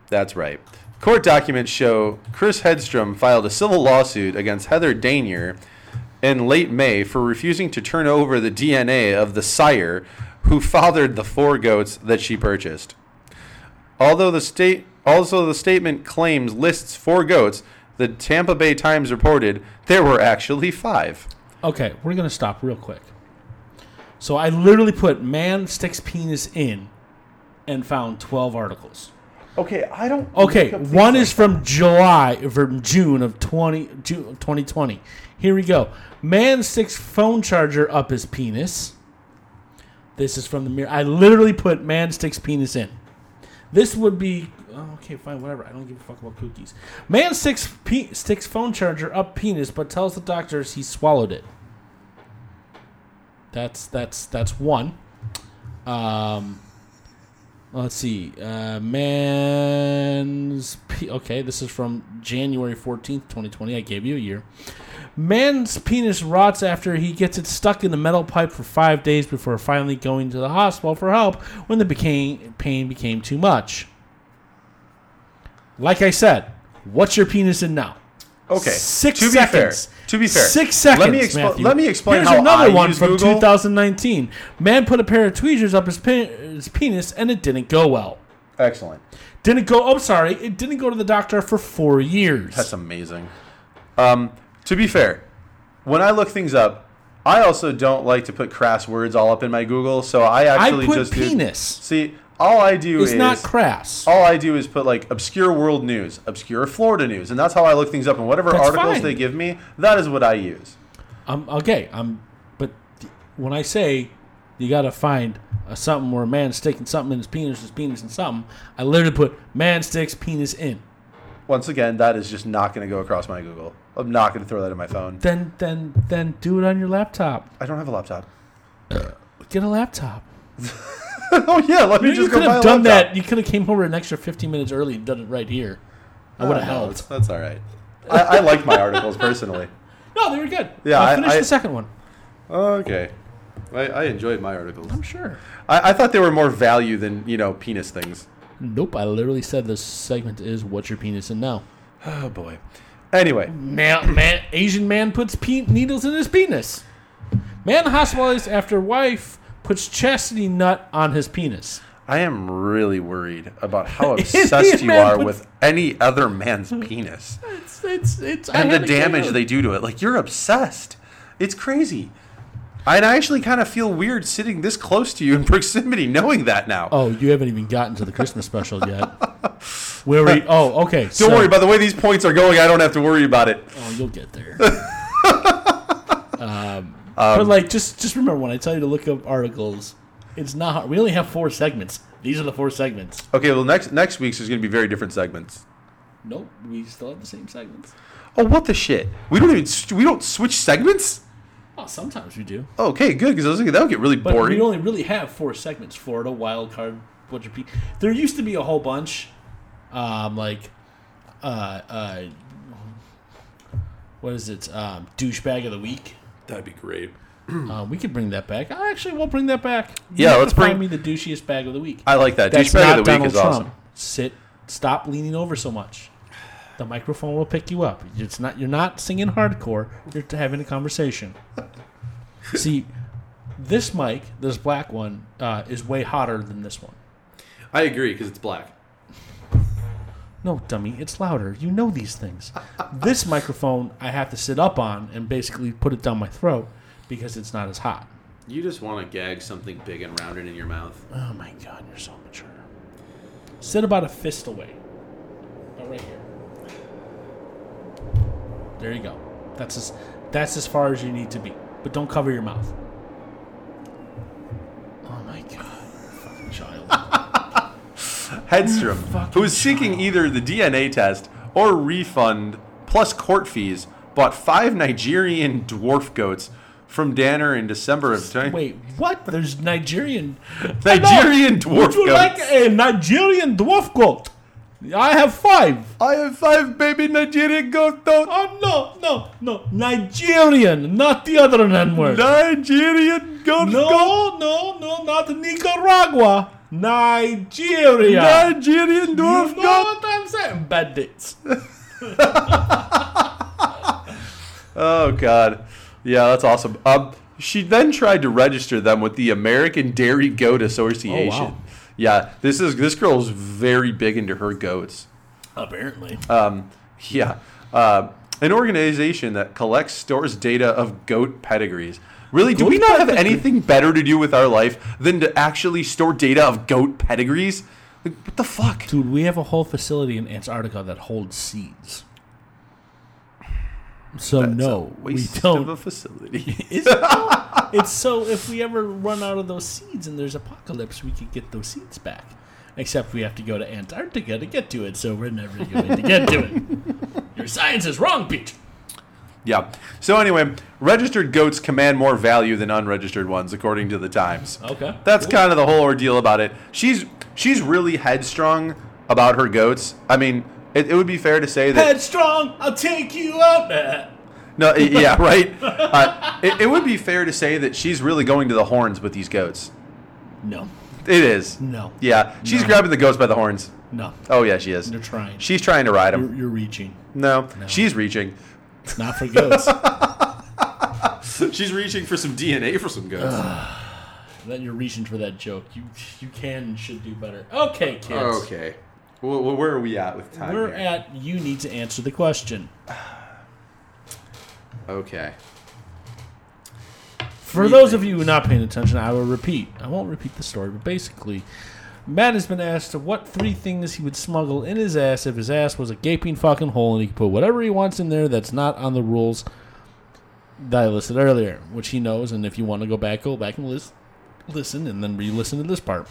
Speaker 4: That's right. Court documents show Chris Hedstrom filed a civil lawsuit against Heather Danier in late May for refusing to turn over the DNA of the sire who fathered the four goats that she purchased. Although the state also the statement claims lists four goats, the Tampa Bay Times reported there were actually five.
Speaker 3: Okay, we're gonna stop real quick. So I literally put "man sticks penis in" and found twelve articles.
Speaker 4: Okay, I don't.
Speaker 3: Okay, one is from July from June of twenty June of twenty twenty. Here we go. Man sticks phone charger up his penis. This is from the mirror. I literally put man sticks penis in. This would be oh, okay, fine, whatever. I don't give a fuck about cookies. Man sticks pe- sticks phone charger up penis, but tells the doctors he swallowed it. That's that's that's one. Um, let's see. Uh, man's pe- okay. This is from January fourteenth, twenty twenty. I gave you a year. Man's penis rots after he gets it stuck in the metal pipe for five days before finally going to the hospital for help when the became, pain became too much. Like I said, what's your penis in now?
Speaker 4: okay.
Speaker 3: Six
Speaker 4: to be
Speaker 3: seconds.
Speaker 4: Fair, to be fair,
Speaker 3: six seconds.
Speaker 4: Let me, expl-
Speaker 3: Matthew.
Speaker 4: let me explain
Speaker 3: Here's
Speaker 4: how
Speaker 3: another
Speaker 4: I
Speaker 3: one
Speaker 4: use
Speaker 3: from
Speaker 4: Google.
Speaker 3: 2019. Man put a pair of tweezers up his, pe- his penis, and it didn't go well.
Speaker 4: Excellent.
Speaker 3: Didn't go. I'm sorry. It didn't go to the doctor for four years.
Speaker 4: That's amazing. Um, to be fair, when I look things up, I also don't like to put crass words all up in my Google, so I
Speaker 3: I
Speaker 4: actually
Speaker 3: put
Speaker 4: just do-
Speaker 3: penis.
Speaker 4: see, All I do
Speaker 3: It's
Speaker 4: is
Speaker 3: not crass.
Speaker 4: all I do is put like obscure world news, obscure Florida news, and that's how I look things up. And whatever
Speaker 3: That's
Speaker 4: articles
Speaker 3: fine.
Speaker 4: they give me, that is what I use.
Speaker 3: I'm okay. I'm, but th- when I say you got to find a something where a man sticking something in his penis, his penis in something, I literally put man sticks penis in.
Speaker 4: Once again, that is just not going to go across my Google. I'm not going to throw that in my phone.
Speaker 3: Then, then, then do it on your laptop.
Speaker 4: I don't have a laptop.
Speaker 3: Get a laptop.
Speaker 4: oh yeah, let me
Speaker 3: You,
Speaker 4: just go
Speaker 3: could
Speaker 4: buy a
Speaker 3: have done
Speaker 4: laptop.
Speaker 3: that. You could have came over an extra 15 minutes early and done it right here. I would have
Speaker 4: Oh, No,
Speaker 3: helped.
Speaker 4: it's- That's all right. I, I like my articles personally.
Speaker 3: No, they were good.
Speaker 4: Yeah,
Speaker 3: I
Speaker 4: I-
Speaker 3: finished
Speaker 4: I-
Speaker 3: the second one.
Speaker 4: Okay, I, I enjoyed my articles.
Speaker 3: I'm sure.
Speaker 4: I, I thought they were more value than you know penis things.
Speaker 3: Nope, I literally said this segment is what's your penis in now.
Speaker 4: Oh boy. Anyway,
Speaker 3: Man, man Asian man puts pe- needles in his penis. Man hospitalized after wife puts chastity nut on his penis.
Speaker 4: I am really worried about how obsessed you
Speaker 3: man
Speaker 4: are
Speaker 3: puts-
Speaker 4: with any other man's penis
Speaker 3: It's it's it's I
Speaker 4: and the
Speaker 3: had to get
Speaker 4: damage
Speaker 3: out.
Speaker 4: they do to it. Like you're obsessed. It's crazy. And I actually kind of feel weird sitting this close to you in proximity, knowing that now.
Speaker 3: Oh, you haven't even gotten to the Christmas special yet. Where we? Oh, okay.
Speaker 4: don't worry. By the way, these points are going. I don't have to worry about it.
Speaker 3: Oh, you'll get there. um,
Speaker 4: Um,
Speaker 3: but like, just just remember when I tell you to look up articles, it's not. hard. We only have four segments. These are the four segments.
Speaker 4: Okay. Well, next next week's is going to be very different segments.
Speaker 3: Nope, we still have the same segments.
Speaker 4: Oh, what the shit? We don't even s- we don't switch segments.
Speaker 3: Oh, sometimes we do.
Speaker 4: Okay, good because I was thinking that would get really
Speaker 3: But
Speaker 4: boring.
Speaker 3: we only really have four segments: Florida wild card. What your pe- There used to be a whole bunch, um, like, uh, uh, what is it? Um, douchebag of the week.
Speaker 7: That'd be great.
Speaker 3: Uh, we could bring that back. I actually will bring that back. You
Speaker 4: Yeah,
Speaker 3: have
Speaker 4: let's
Speaker 3: to find
Speaker 4: bring-
Speaker 3: me the douchiest bag of the week.
Speaker 4: I like that.
Speaker 3: That's
Speaker 4: Douchebag
Speaker 3: not
Speaker 4: of the week
Speaker 3: Donald
Speaker 4: is
Speaker 3: Trump.
Speaker 4: awesome.
Speaker 3: Sit. Stop leaning over so much. The microphone will pick you up. It's not. You're not singing hardcore. You're having a conversation. See, this mic, this black one, uh, is way hotter than this one.
Speaker 7: I agree because it's black.
Speaker 3: No, dummy, it's louder. You know these things. This microphone, I have to sit up on and basically put it down my throat because it's not as hot.
Speaker 7: You just want to gag something big and rounded in your mouth.
Speaker 3: Oh my god, you're so mature. Sit about a fist away. Oh, right here. There you go. That's as that's as far as you need to be. But don't cover your mouth. Oh my god, fucking child.
Speaker 4: Hedstrom,
Speaker 3: Fucking
Speaker 4: who is seeking either the DNA test or refund plus court fees, bought five Nigerian dwarf goats from Danner in December of 20.
Speaker 3: Wait, what? There's Nigerian.
Speaker 4: Nigerian
Speaker 3: Hello.
Speaker 4: dwarf
Speaker 3: Would you
Speaker 4: goats.
Speaker 3: like a Nigerian dwarf goat? I have five.
Speaker 4: I have five baby Nigerian goat goats.
Speaker 3: Oh no, no, no! Nigerian, not the other N word.
Speaker 4: Nigerian goat goat.
Speaker 3: No, no, no, not Nicaragua. Nigeria.
Speaker 4: Nigerian dwarf
Speaker 3: you know
Speaker 4: goat.
Speaker 3: what I'm saying? Bad dates.
Speaker 4: Oh God, yeah, that's awesome. Um, she then tried to register them with the American Dairy Goat Association.
Speaker 3: Oh, wow.
Speaker 4: Yeah, this is this girl's very big into her goats.
Speaker 3: Apparently.
Speaker 4: Yeah, uh, an organization that collects, stores data of goat pedigrees. Really, do
Speaker 3: Goat
Speaker 4: we not have
Speaker 3: pedigree-
Speaker 4: anything better to do with our life than to actually store data of goat pedigrees? Like, what the fuck?
Speaker 3: Dude, we have a whole facility in Antarctica that holds seeds. So no, we
Speaker 4: Waste of
Speaker 3: don't.
Speaker 4: a facility.
Speaker 3: Is it though? it's so if we ever run out of those seeds and there's apocalypse, we could get those seeds back. Except we have to go to Antarctica to get to it, so we're never going to get to it. Your science is wrong, Pete.
Speaker 4: yeah. So anyway, registered goats command more value than unregistered ones, according to the Times.
Speaker 3: Okay.
Speaker 4: That's kind of the whole ordeal about it. She's she's really headstrong about her goats. I mean, it, it would be fair to say that
Speaker 3: Headstrong, I'll take you Uh, out.
Speaker 4: no, i- yeah, right. Uh, it, it would be fair to say that she's really going to the horns with these goats.
Speaker 3: No,
Speaker 4: It is.
Speaker 3: No.
Speaker 4: Yeah, she's grabbing the goats by the horns.
Speaker 3: no.
Speaker 4: Oh yeah, she is.
Speaker 3: They're trying.
Speaker 4: She's trying to ride
Speaker 3: You're,
Speaker 4: them.
Speaker 3: you're reaching.
Speaker 4: No, she's reaching.
Speaker 3: Not for goats.
Speaker 7: She's reaching for some DNA for some goats.
Speaker 3: then you're reaching for that joke. You you can and should do better. Okay, kids.
Speaker 7: okay. Well, well, where are we at with time?
Speaker 3: We're
Speaker 7: here?
Speaker 3: at you need to answer the question.
Speaker 7: Okay.
Speaker 3: For those of you not paying attention, I will repeat. I won't repeat the story, but basically, Matt has been asked what three things he would smuggle in his ass if his ass was a gaping fucking hole and he could put whatever he wants in there that's not on the rules that I listed earlier, which he knows. And if you want to go back, go back and list, listen and then re listen to this part.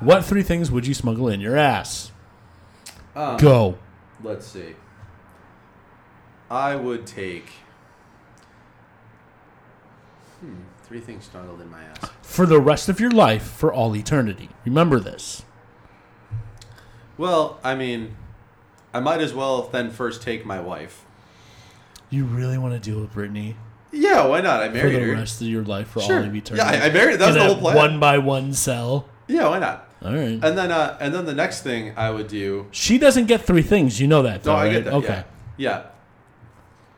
Speaker 3: What three things would you smuggle in your ass? go.
Speaker 4: Let's see. I would take. Hmm, three things snuggled in my ass.
Speaker 3: For the rest of your life, for all eternity. Remember this.
Speaker 4: Well, I mean, I might as well then first take my wife.
Speaker 3: You really want to deal with Brittany
Speaker 4: Yeah, why not? I
Speaker 3: for
Speaker 4: married
Speaker 3: the
Speaker 4: her.
Speaker 3: rest of your life for
Speaker 4: Sure.
Speaker 3: all of eternity?
Speaker 4: Yeah, I, I married. her. That
Speaker 3: In
Speaker 4: was the
Speaker 3: a
Speaker 4: whole plan.
Speaker 3: One by one cell.
Speaker 4: Yeah, why not?
Speaker 3: All right.
Speaker 4: And then, uh, and then the next thing I would do.
Speaker 3: she doesn't get three things. You know that, though,
Speaker 4: No, I
Speaker 3: right?
Speaker 4: get that.
Speaker 3: okay.
Speaker 4: Yeah. yeah.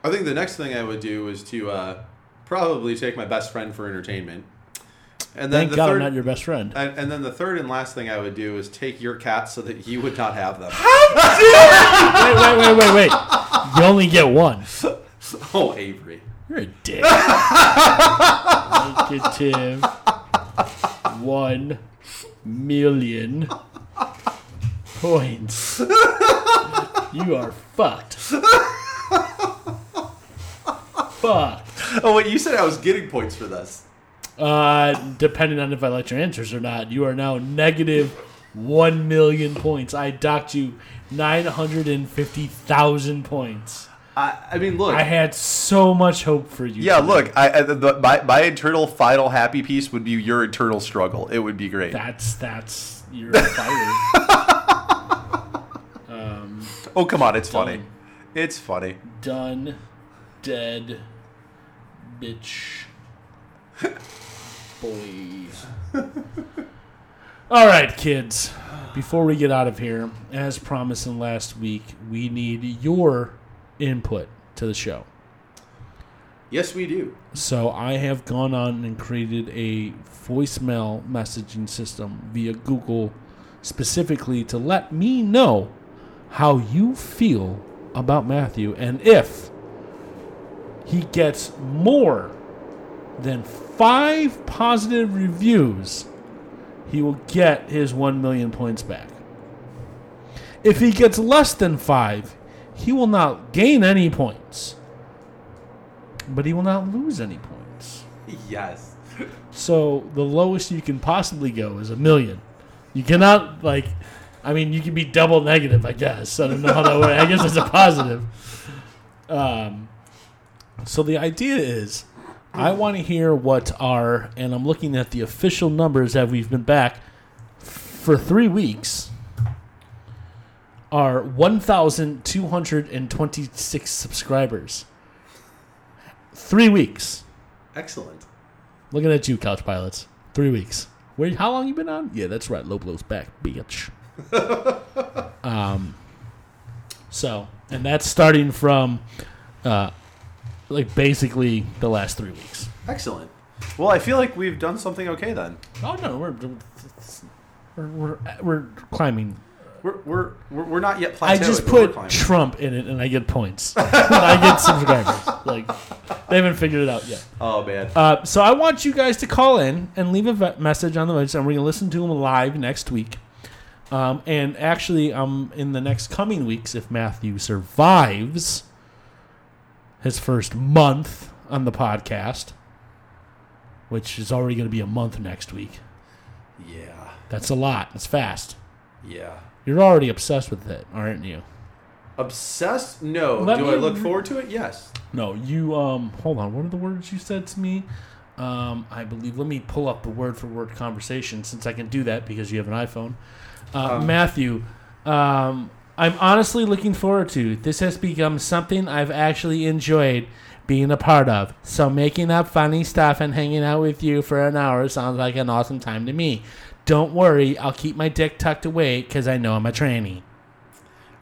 Speaker 4: I think the next thing I would do is to uh, probably take my best friend for entertainment. And then
Speaker 3: Thank
Speaker 4: the
Speaker 3: God i I'm
Speaker 4: third,
Speaker 3: not your best friend.
Speaker 4: And, and then the third and last thing I would do is take your cat so that you would not have them.
Speaker 3: wait, wait, wait, wait, wait. You only get one.
Speaker 4: oh, Avery.
Speaker 3: You're a dick. Negative one million points. You are fucked. Fucked.
Speaker 4: Oh, wait, you said I was getting points for this.
Speaker 3: Uh, depending on if I like your answers or not, you are now negative one million points. I docked you 950,000 points.
Speaker 4: I, I mean, look.
Speaker 3: I had so much hope for you.
Speaker 8: Yeah, look, I, I the, my, my eternal final happy piece would be your eternal struggle. It would be great.
Speaker 3: That's that's you're fired.
Speaker 8: Oh, come on, it's funny. It's funny.
Speaker 3: Done, dead, bitch, boys. All right, kids. Before we get out of here, as promised in last week, we need your input to the show.
Speaker 4: yes, we do.
Speaker 3: So I have gone on and created a voicemail messaging system via Google specifically to let me know how you feel about Matthew and if he gets more than five positive reviews, he will get his 1 million points back. If he gets less than five, he will not gain any points, but he will not lose any points.
Speaker 4: Yes.
Speaker 3: So the lowest you can possibly go is a million. You cannot like, I mean, you can be double negative, I guess. I don't know how that works. I guess it's a positive. Um, so the idea is, I want to hear what our and I'm looking at the official numbers that we've been back for three weeks. Are 1,226 subscribers. Three weeks.
Speaker 4: Excellent.
Speaker 3: Looking at you, Couch Pilots. Three weeks. Where? How long you been on? Yeah, that's right. Low blows back, bitch. um, so, and that's starting from, uh, like basically the last three weeks.
Speaker 4: Excellent. Well, I feel like we've done something okay then.
Speaker 3: Oh no, we're we're we're, we're climbing.
Speaker 4: We're, we're, we're, we're not yet
Speaker 3: I
Speaker 4: plateaued.
Speaker 3: just
Speaker 4: but we're
Speaker 3: put
Speaker 4: climbing.
Speaker 3: Trump in it, and I get points. I get subscribers. Like they haven't figured it out yet.
Speaker 4: oh, man.
Speaker 3: Uh, so I want you guys to call in and leave a ve- message on the website, and we're gonna listen to them live next week. Um, and actually, um, in the next coming weeks, if Matthew survives his first month on the podcast, which is already gonna be a month next week,
Speaker 4: yeah.
Speaker 3: that's a lot. That's fast.
Speaker 4: Yeah.
Speaker 3: You're already obsessed with it, aren't you?
Speaker 4: Obsessed? No.
Speaker 3: Let
Speaker 4: do
Speaker 3: me-
Speaker 4: I look forward to it? Yes.
Speaker 3: No, you um hold on, what are the words you said to me? Um I believe let me pull up the word for word conversation since I can do that because you have an iPhone. Uh, Matthew, um I'm honestly looking forward to. This has become something I've actually enjoyed being a part of. So making up funny stuff and hanging out with you for an hour sounds like an awesome time to me. Don't worry, I'll keep my dick tucked away because I know I'm a tranny.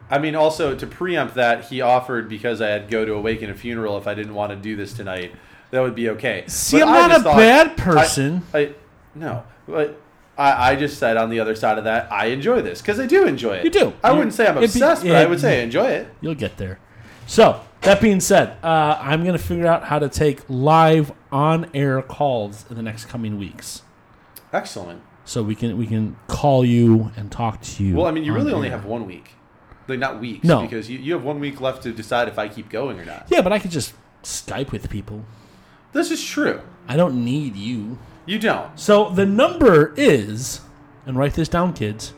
Speaker 4: I mean, also to preempt that, he offered because I had go to a wake and a funeral. If I didn't want to do this tonight, that would be okay.
Speaker 3: See, I'm
Speaker 4: I
Speaker 3: not
Speaker 4: just
Speaker 3: a bad person.
Speaker 4: I, I no, but I, I just said on the other side of that, I enjoy this because I do enjoy it.
Speaker 3: You do.
Speaker 4: I
Speaker 3: You-
Speaker 4: wouldn't say I'm
Speaker 3: it'd be-
Speaker 4: obsessed, but I
Speaker 3: it-
Speaker 4: would say I enjoy it.
Speaker 3: You'll get there. So that being said, uh, I'm going to figure out how to take live on-air calls in the next coming weeks.
Speaker 4: Excellent.
Speaker 3: so we can we can call you and talk to you.
Speaker 4: Well, I mean, you
Speaker 3: on
Speaker 4: really only
Speaker 3: air.
Speaker 4: have one week. Like, not weeks.
Speaker 3: Oh, No.
Speaker 4: Because you, you have one week left to decide if I keep going or not.
Speaker 3: Yeah, but I could just Skype with people.
Speaker 4: This is true.
Speaker 3: I don't need you.
Speaker 4: You don't.
Speaker 3: So the number is, and write this down, kids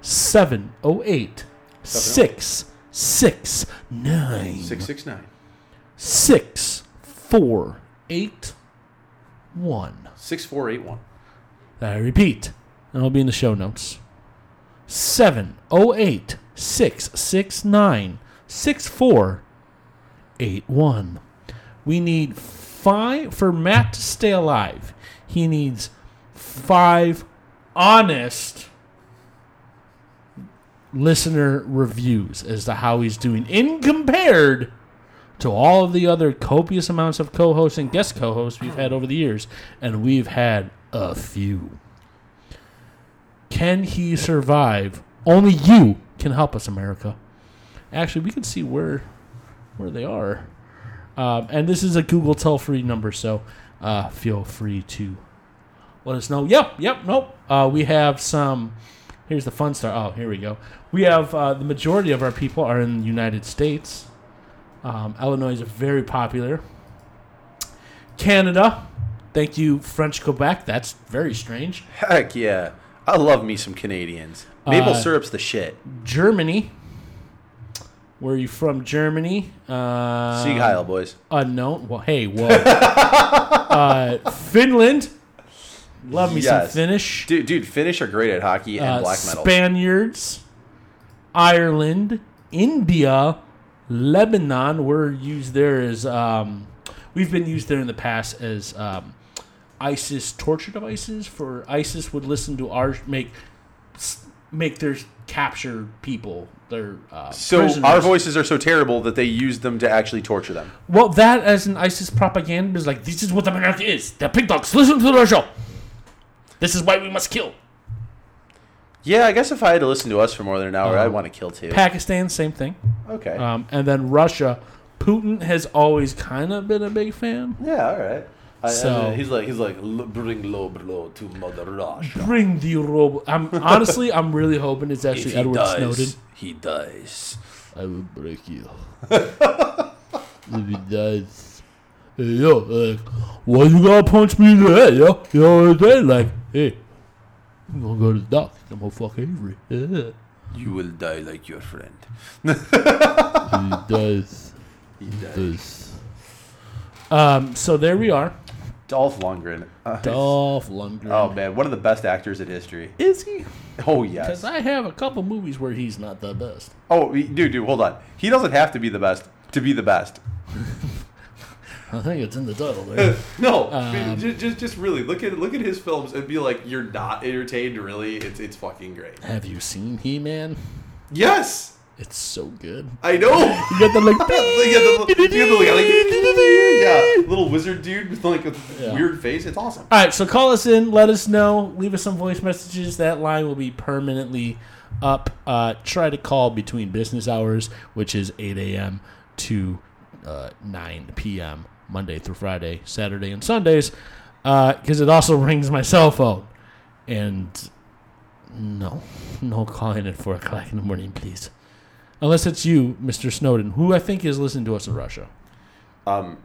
Speaker 3: 708 669
Speaker 4: 669.
Speaker 3: 6481.
Speaker 4: 6481.
Speaker 3: I Uh, repeat, and it'll be in the show notes oh, 708 669 6481. We need five for Matt to stay alive. He needs five honest listener reviews as to how he's doing in compared to all of the other copious amounts of co-hosts and guest co-hosts we've had over the years and we've had a few can he survive only you can help us america actually we can see where where they are um, and this is a google toll free number so uh, feel free to let us know yep yep nope uh, we have some here's the fun star oh here we go we have uh, the majority of our people are in the united states um, Illinois is very popular. Canada, thank you, French Quebec. That's very strange.
Speaker 4: Heck yeah. I love me some Canadians. Maple
Speaker 3: Uh,
Speaker 4: syrup's the shit.
Speaker 3: Germany, where are you from? Germany, uh,
Speaker 4: Sieg Heil, boys.
Speaker 3: unknown. Well, hey, whoa. uh, Finland, love me some
Speaker 4: Yes.
Speaker 3: Finnish.
Speaker 4: Dude, dude, Finnish are great at hockey and
Speaker 3: Uh,
Speaker 4: black metal.
Speaker 3: Spaniards, Ireland, India, Lebanon. We're used there as um, we've been used there in the past as um, ISIS torture devices. For ISIS would listen to our make s- make their captured people their uh,
Speaker 4: so
Speaker 3: prisoners.
Speaker 4: our voices are so terrible that they use them to actually torture them.
Speaker 3: Well, that as an ISIS propaganda is like this is what America is. They're pig dogs. Listen to the show. This is why we must kill.
Speaker 4: Yeah, I guess if I had to listen to us for more than an
Speaker 3: Uh,
Speaker 4: hour, I'd want to kill too.
Speaker 3: Pakistan, same thing.
Speaker 4: okay.
Speaker 3: Um, and then Russia, Putin has always kind of been a big fan.
Speaker 4: yeah, all right. I- I-
Speaker 3: So-
Speaker 4: he's like, he's like, "L- bring low blow to Mother Russia.
Speaker 3: Bring the robot. I'm honestly, I'm really hoping it's
Speaker 4: If
Speaker 3: actually
Speaker 4: he
Speaker 3: Edward
Speaker 4: dies,
Speaker 3: Snowden.
Speaker 4: he dies.
Speaker 3: I will break you. if he dies, hey, yo, like, why you gotta punch me in the head, yo? You know what I'm saying? Like, hey, I'm gonna go to the doctor. I'm gonna fuck Avery. Yeah.
Speaker 4: You will die like your friend.
Speaker 3: If he dies, he dies. Um, so there we are.
Speaker 4: Dolph Lundgren. Uh,
Speaker 3: Dolph Lundgren.
Speaker 4: oh man, one of the best actors in history.
Speaker 3: Is he?
Speaker 4: Oh
Speaker 3: Because
Speaker 4: yes.
Speaker 3: I have a couple movies where he's not the best.
Speaker 4: Oh, he- dude, dude, hold on. He doesn't have to be the best to be the best.
Speaker 3: I think it's in the title there.
Speaker 4: No,
Speaker 3: Um,
Speaker 4: just, just just really look at look at his films and be like, you're not entertained. Really, it's it's fucking great.
Speaker 3: have you seen He Man?
Speaker 4: Yes,
Speaker 3: It's so good.
Speaker 4: I know.
Speaker 3: You got the like.
Speaker 4: Like, yeah, the- the- the little guy, like, yeah, little wizard dude with like a
Speaker 3: Yeah.
Speaker 4: weird face. It's awesome.
Speaker 3: All right, so call us in. Let us know. Leave us some voice messages. That line will be permanently up. Uh, try to call between business hours, which is 8 a.m. to uh, 9 p.m. Monday through Friday, Saturday and Sundays, because it also rings my cell phone. And no, no calling at 4 o'clock in the morning, please. Unless it's you, Mr. Snowden, who I think is listening to us in Russia.
Speaker 4: Um,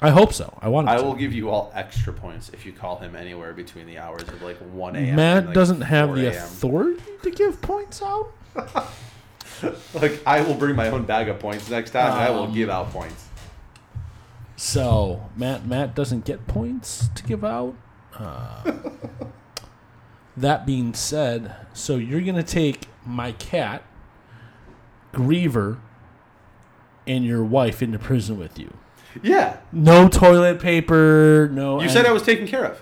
Speaker 3: I hope so. I want him
Speaker 4: I
Speaker 3: to.
Speaker 4: will give you all extra points if you call him anywhere between the hours of like one a.m.
Speaker 3: Matt
Speaker 4: and, like,
Speaker 3: doesn't have
Speaker 4: 4
Speaker 3: the
Speaker 4: a.m..
Speaker 3: authority to give points out.
Speaker 4: Like I will bring my own bag of points next time. and I
Speaker 3: Um,
Speaker 4: will give out points.
Speaker 3: So Matt Matt doesn't get points to give out. Uh, that being said, so you're gonna take my cat, Griever, and your wife into prison with you.
Speaker 4: Yeah,
Speaker 3: No toilet paper. No.
Speaker 4: you said I was taken care of,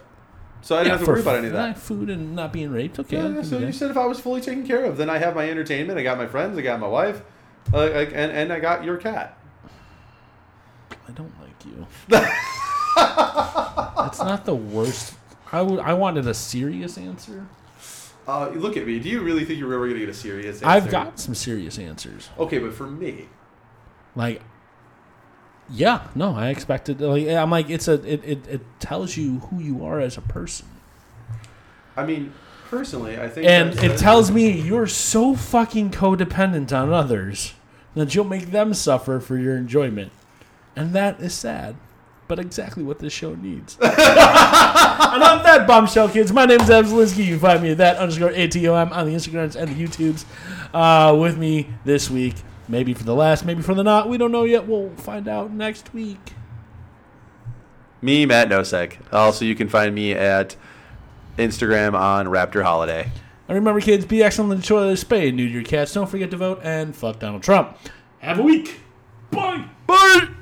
Speaker 4: so I didn't have to worry about any of that.
Speaker 3: Food and not being raped. Okay. I
Speaker 4: Yeah,
Speaker 3: can
Speaker 4: so
Speaker 3: do
Speaker 4: you
Speaker 3: that.
Speaker 4: said if I was fully taken care of, then I have my entertainment. I got my friends. I got my wife. Uh, like, and and I got your cat.
Speaker 3: I don't like you. That's not the worst. I would. I wanted a serious answer.
Speaker 4: Uh, look at me. Do you really think you're ever gonna get a serious? Answer?
Speaker 3: I've got some serious answers.
Speaker 4: Okay, but for me,
Speaker 3: Like, yeah, no, I expected. Like, I'm like, it's a. It, it, it tells you who you are as a person.
Speaker 4: I mean, personally, I think.
Speaker 3: And
Speaker 4: that's
Speaker 3: it
Speaker 4: a-
Speaker 3: tells me you're so fucking codependent on others that you'll make them suffer for your enjoyment. And that is sad, but exactly what this show needs. and on that bombshell, kids, my name's Ev Zielinski. You can find me at that underscore ATOM on the Instagrams and the YouTubes. Uh, with me this week, maybe for the last, maybe for the not. We don't know yet. We'll find out next week.
Speaker 4: me, Matt Nosek. Also, you can find me at Instagram on Raptor Holiday.
Speaker 3: And remember, kids, be excellent, enjoy the spay, nude your cats, don't forget to vote, and fuck Donald Trump. Have a week. Bye.
Speaker 4: Bye.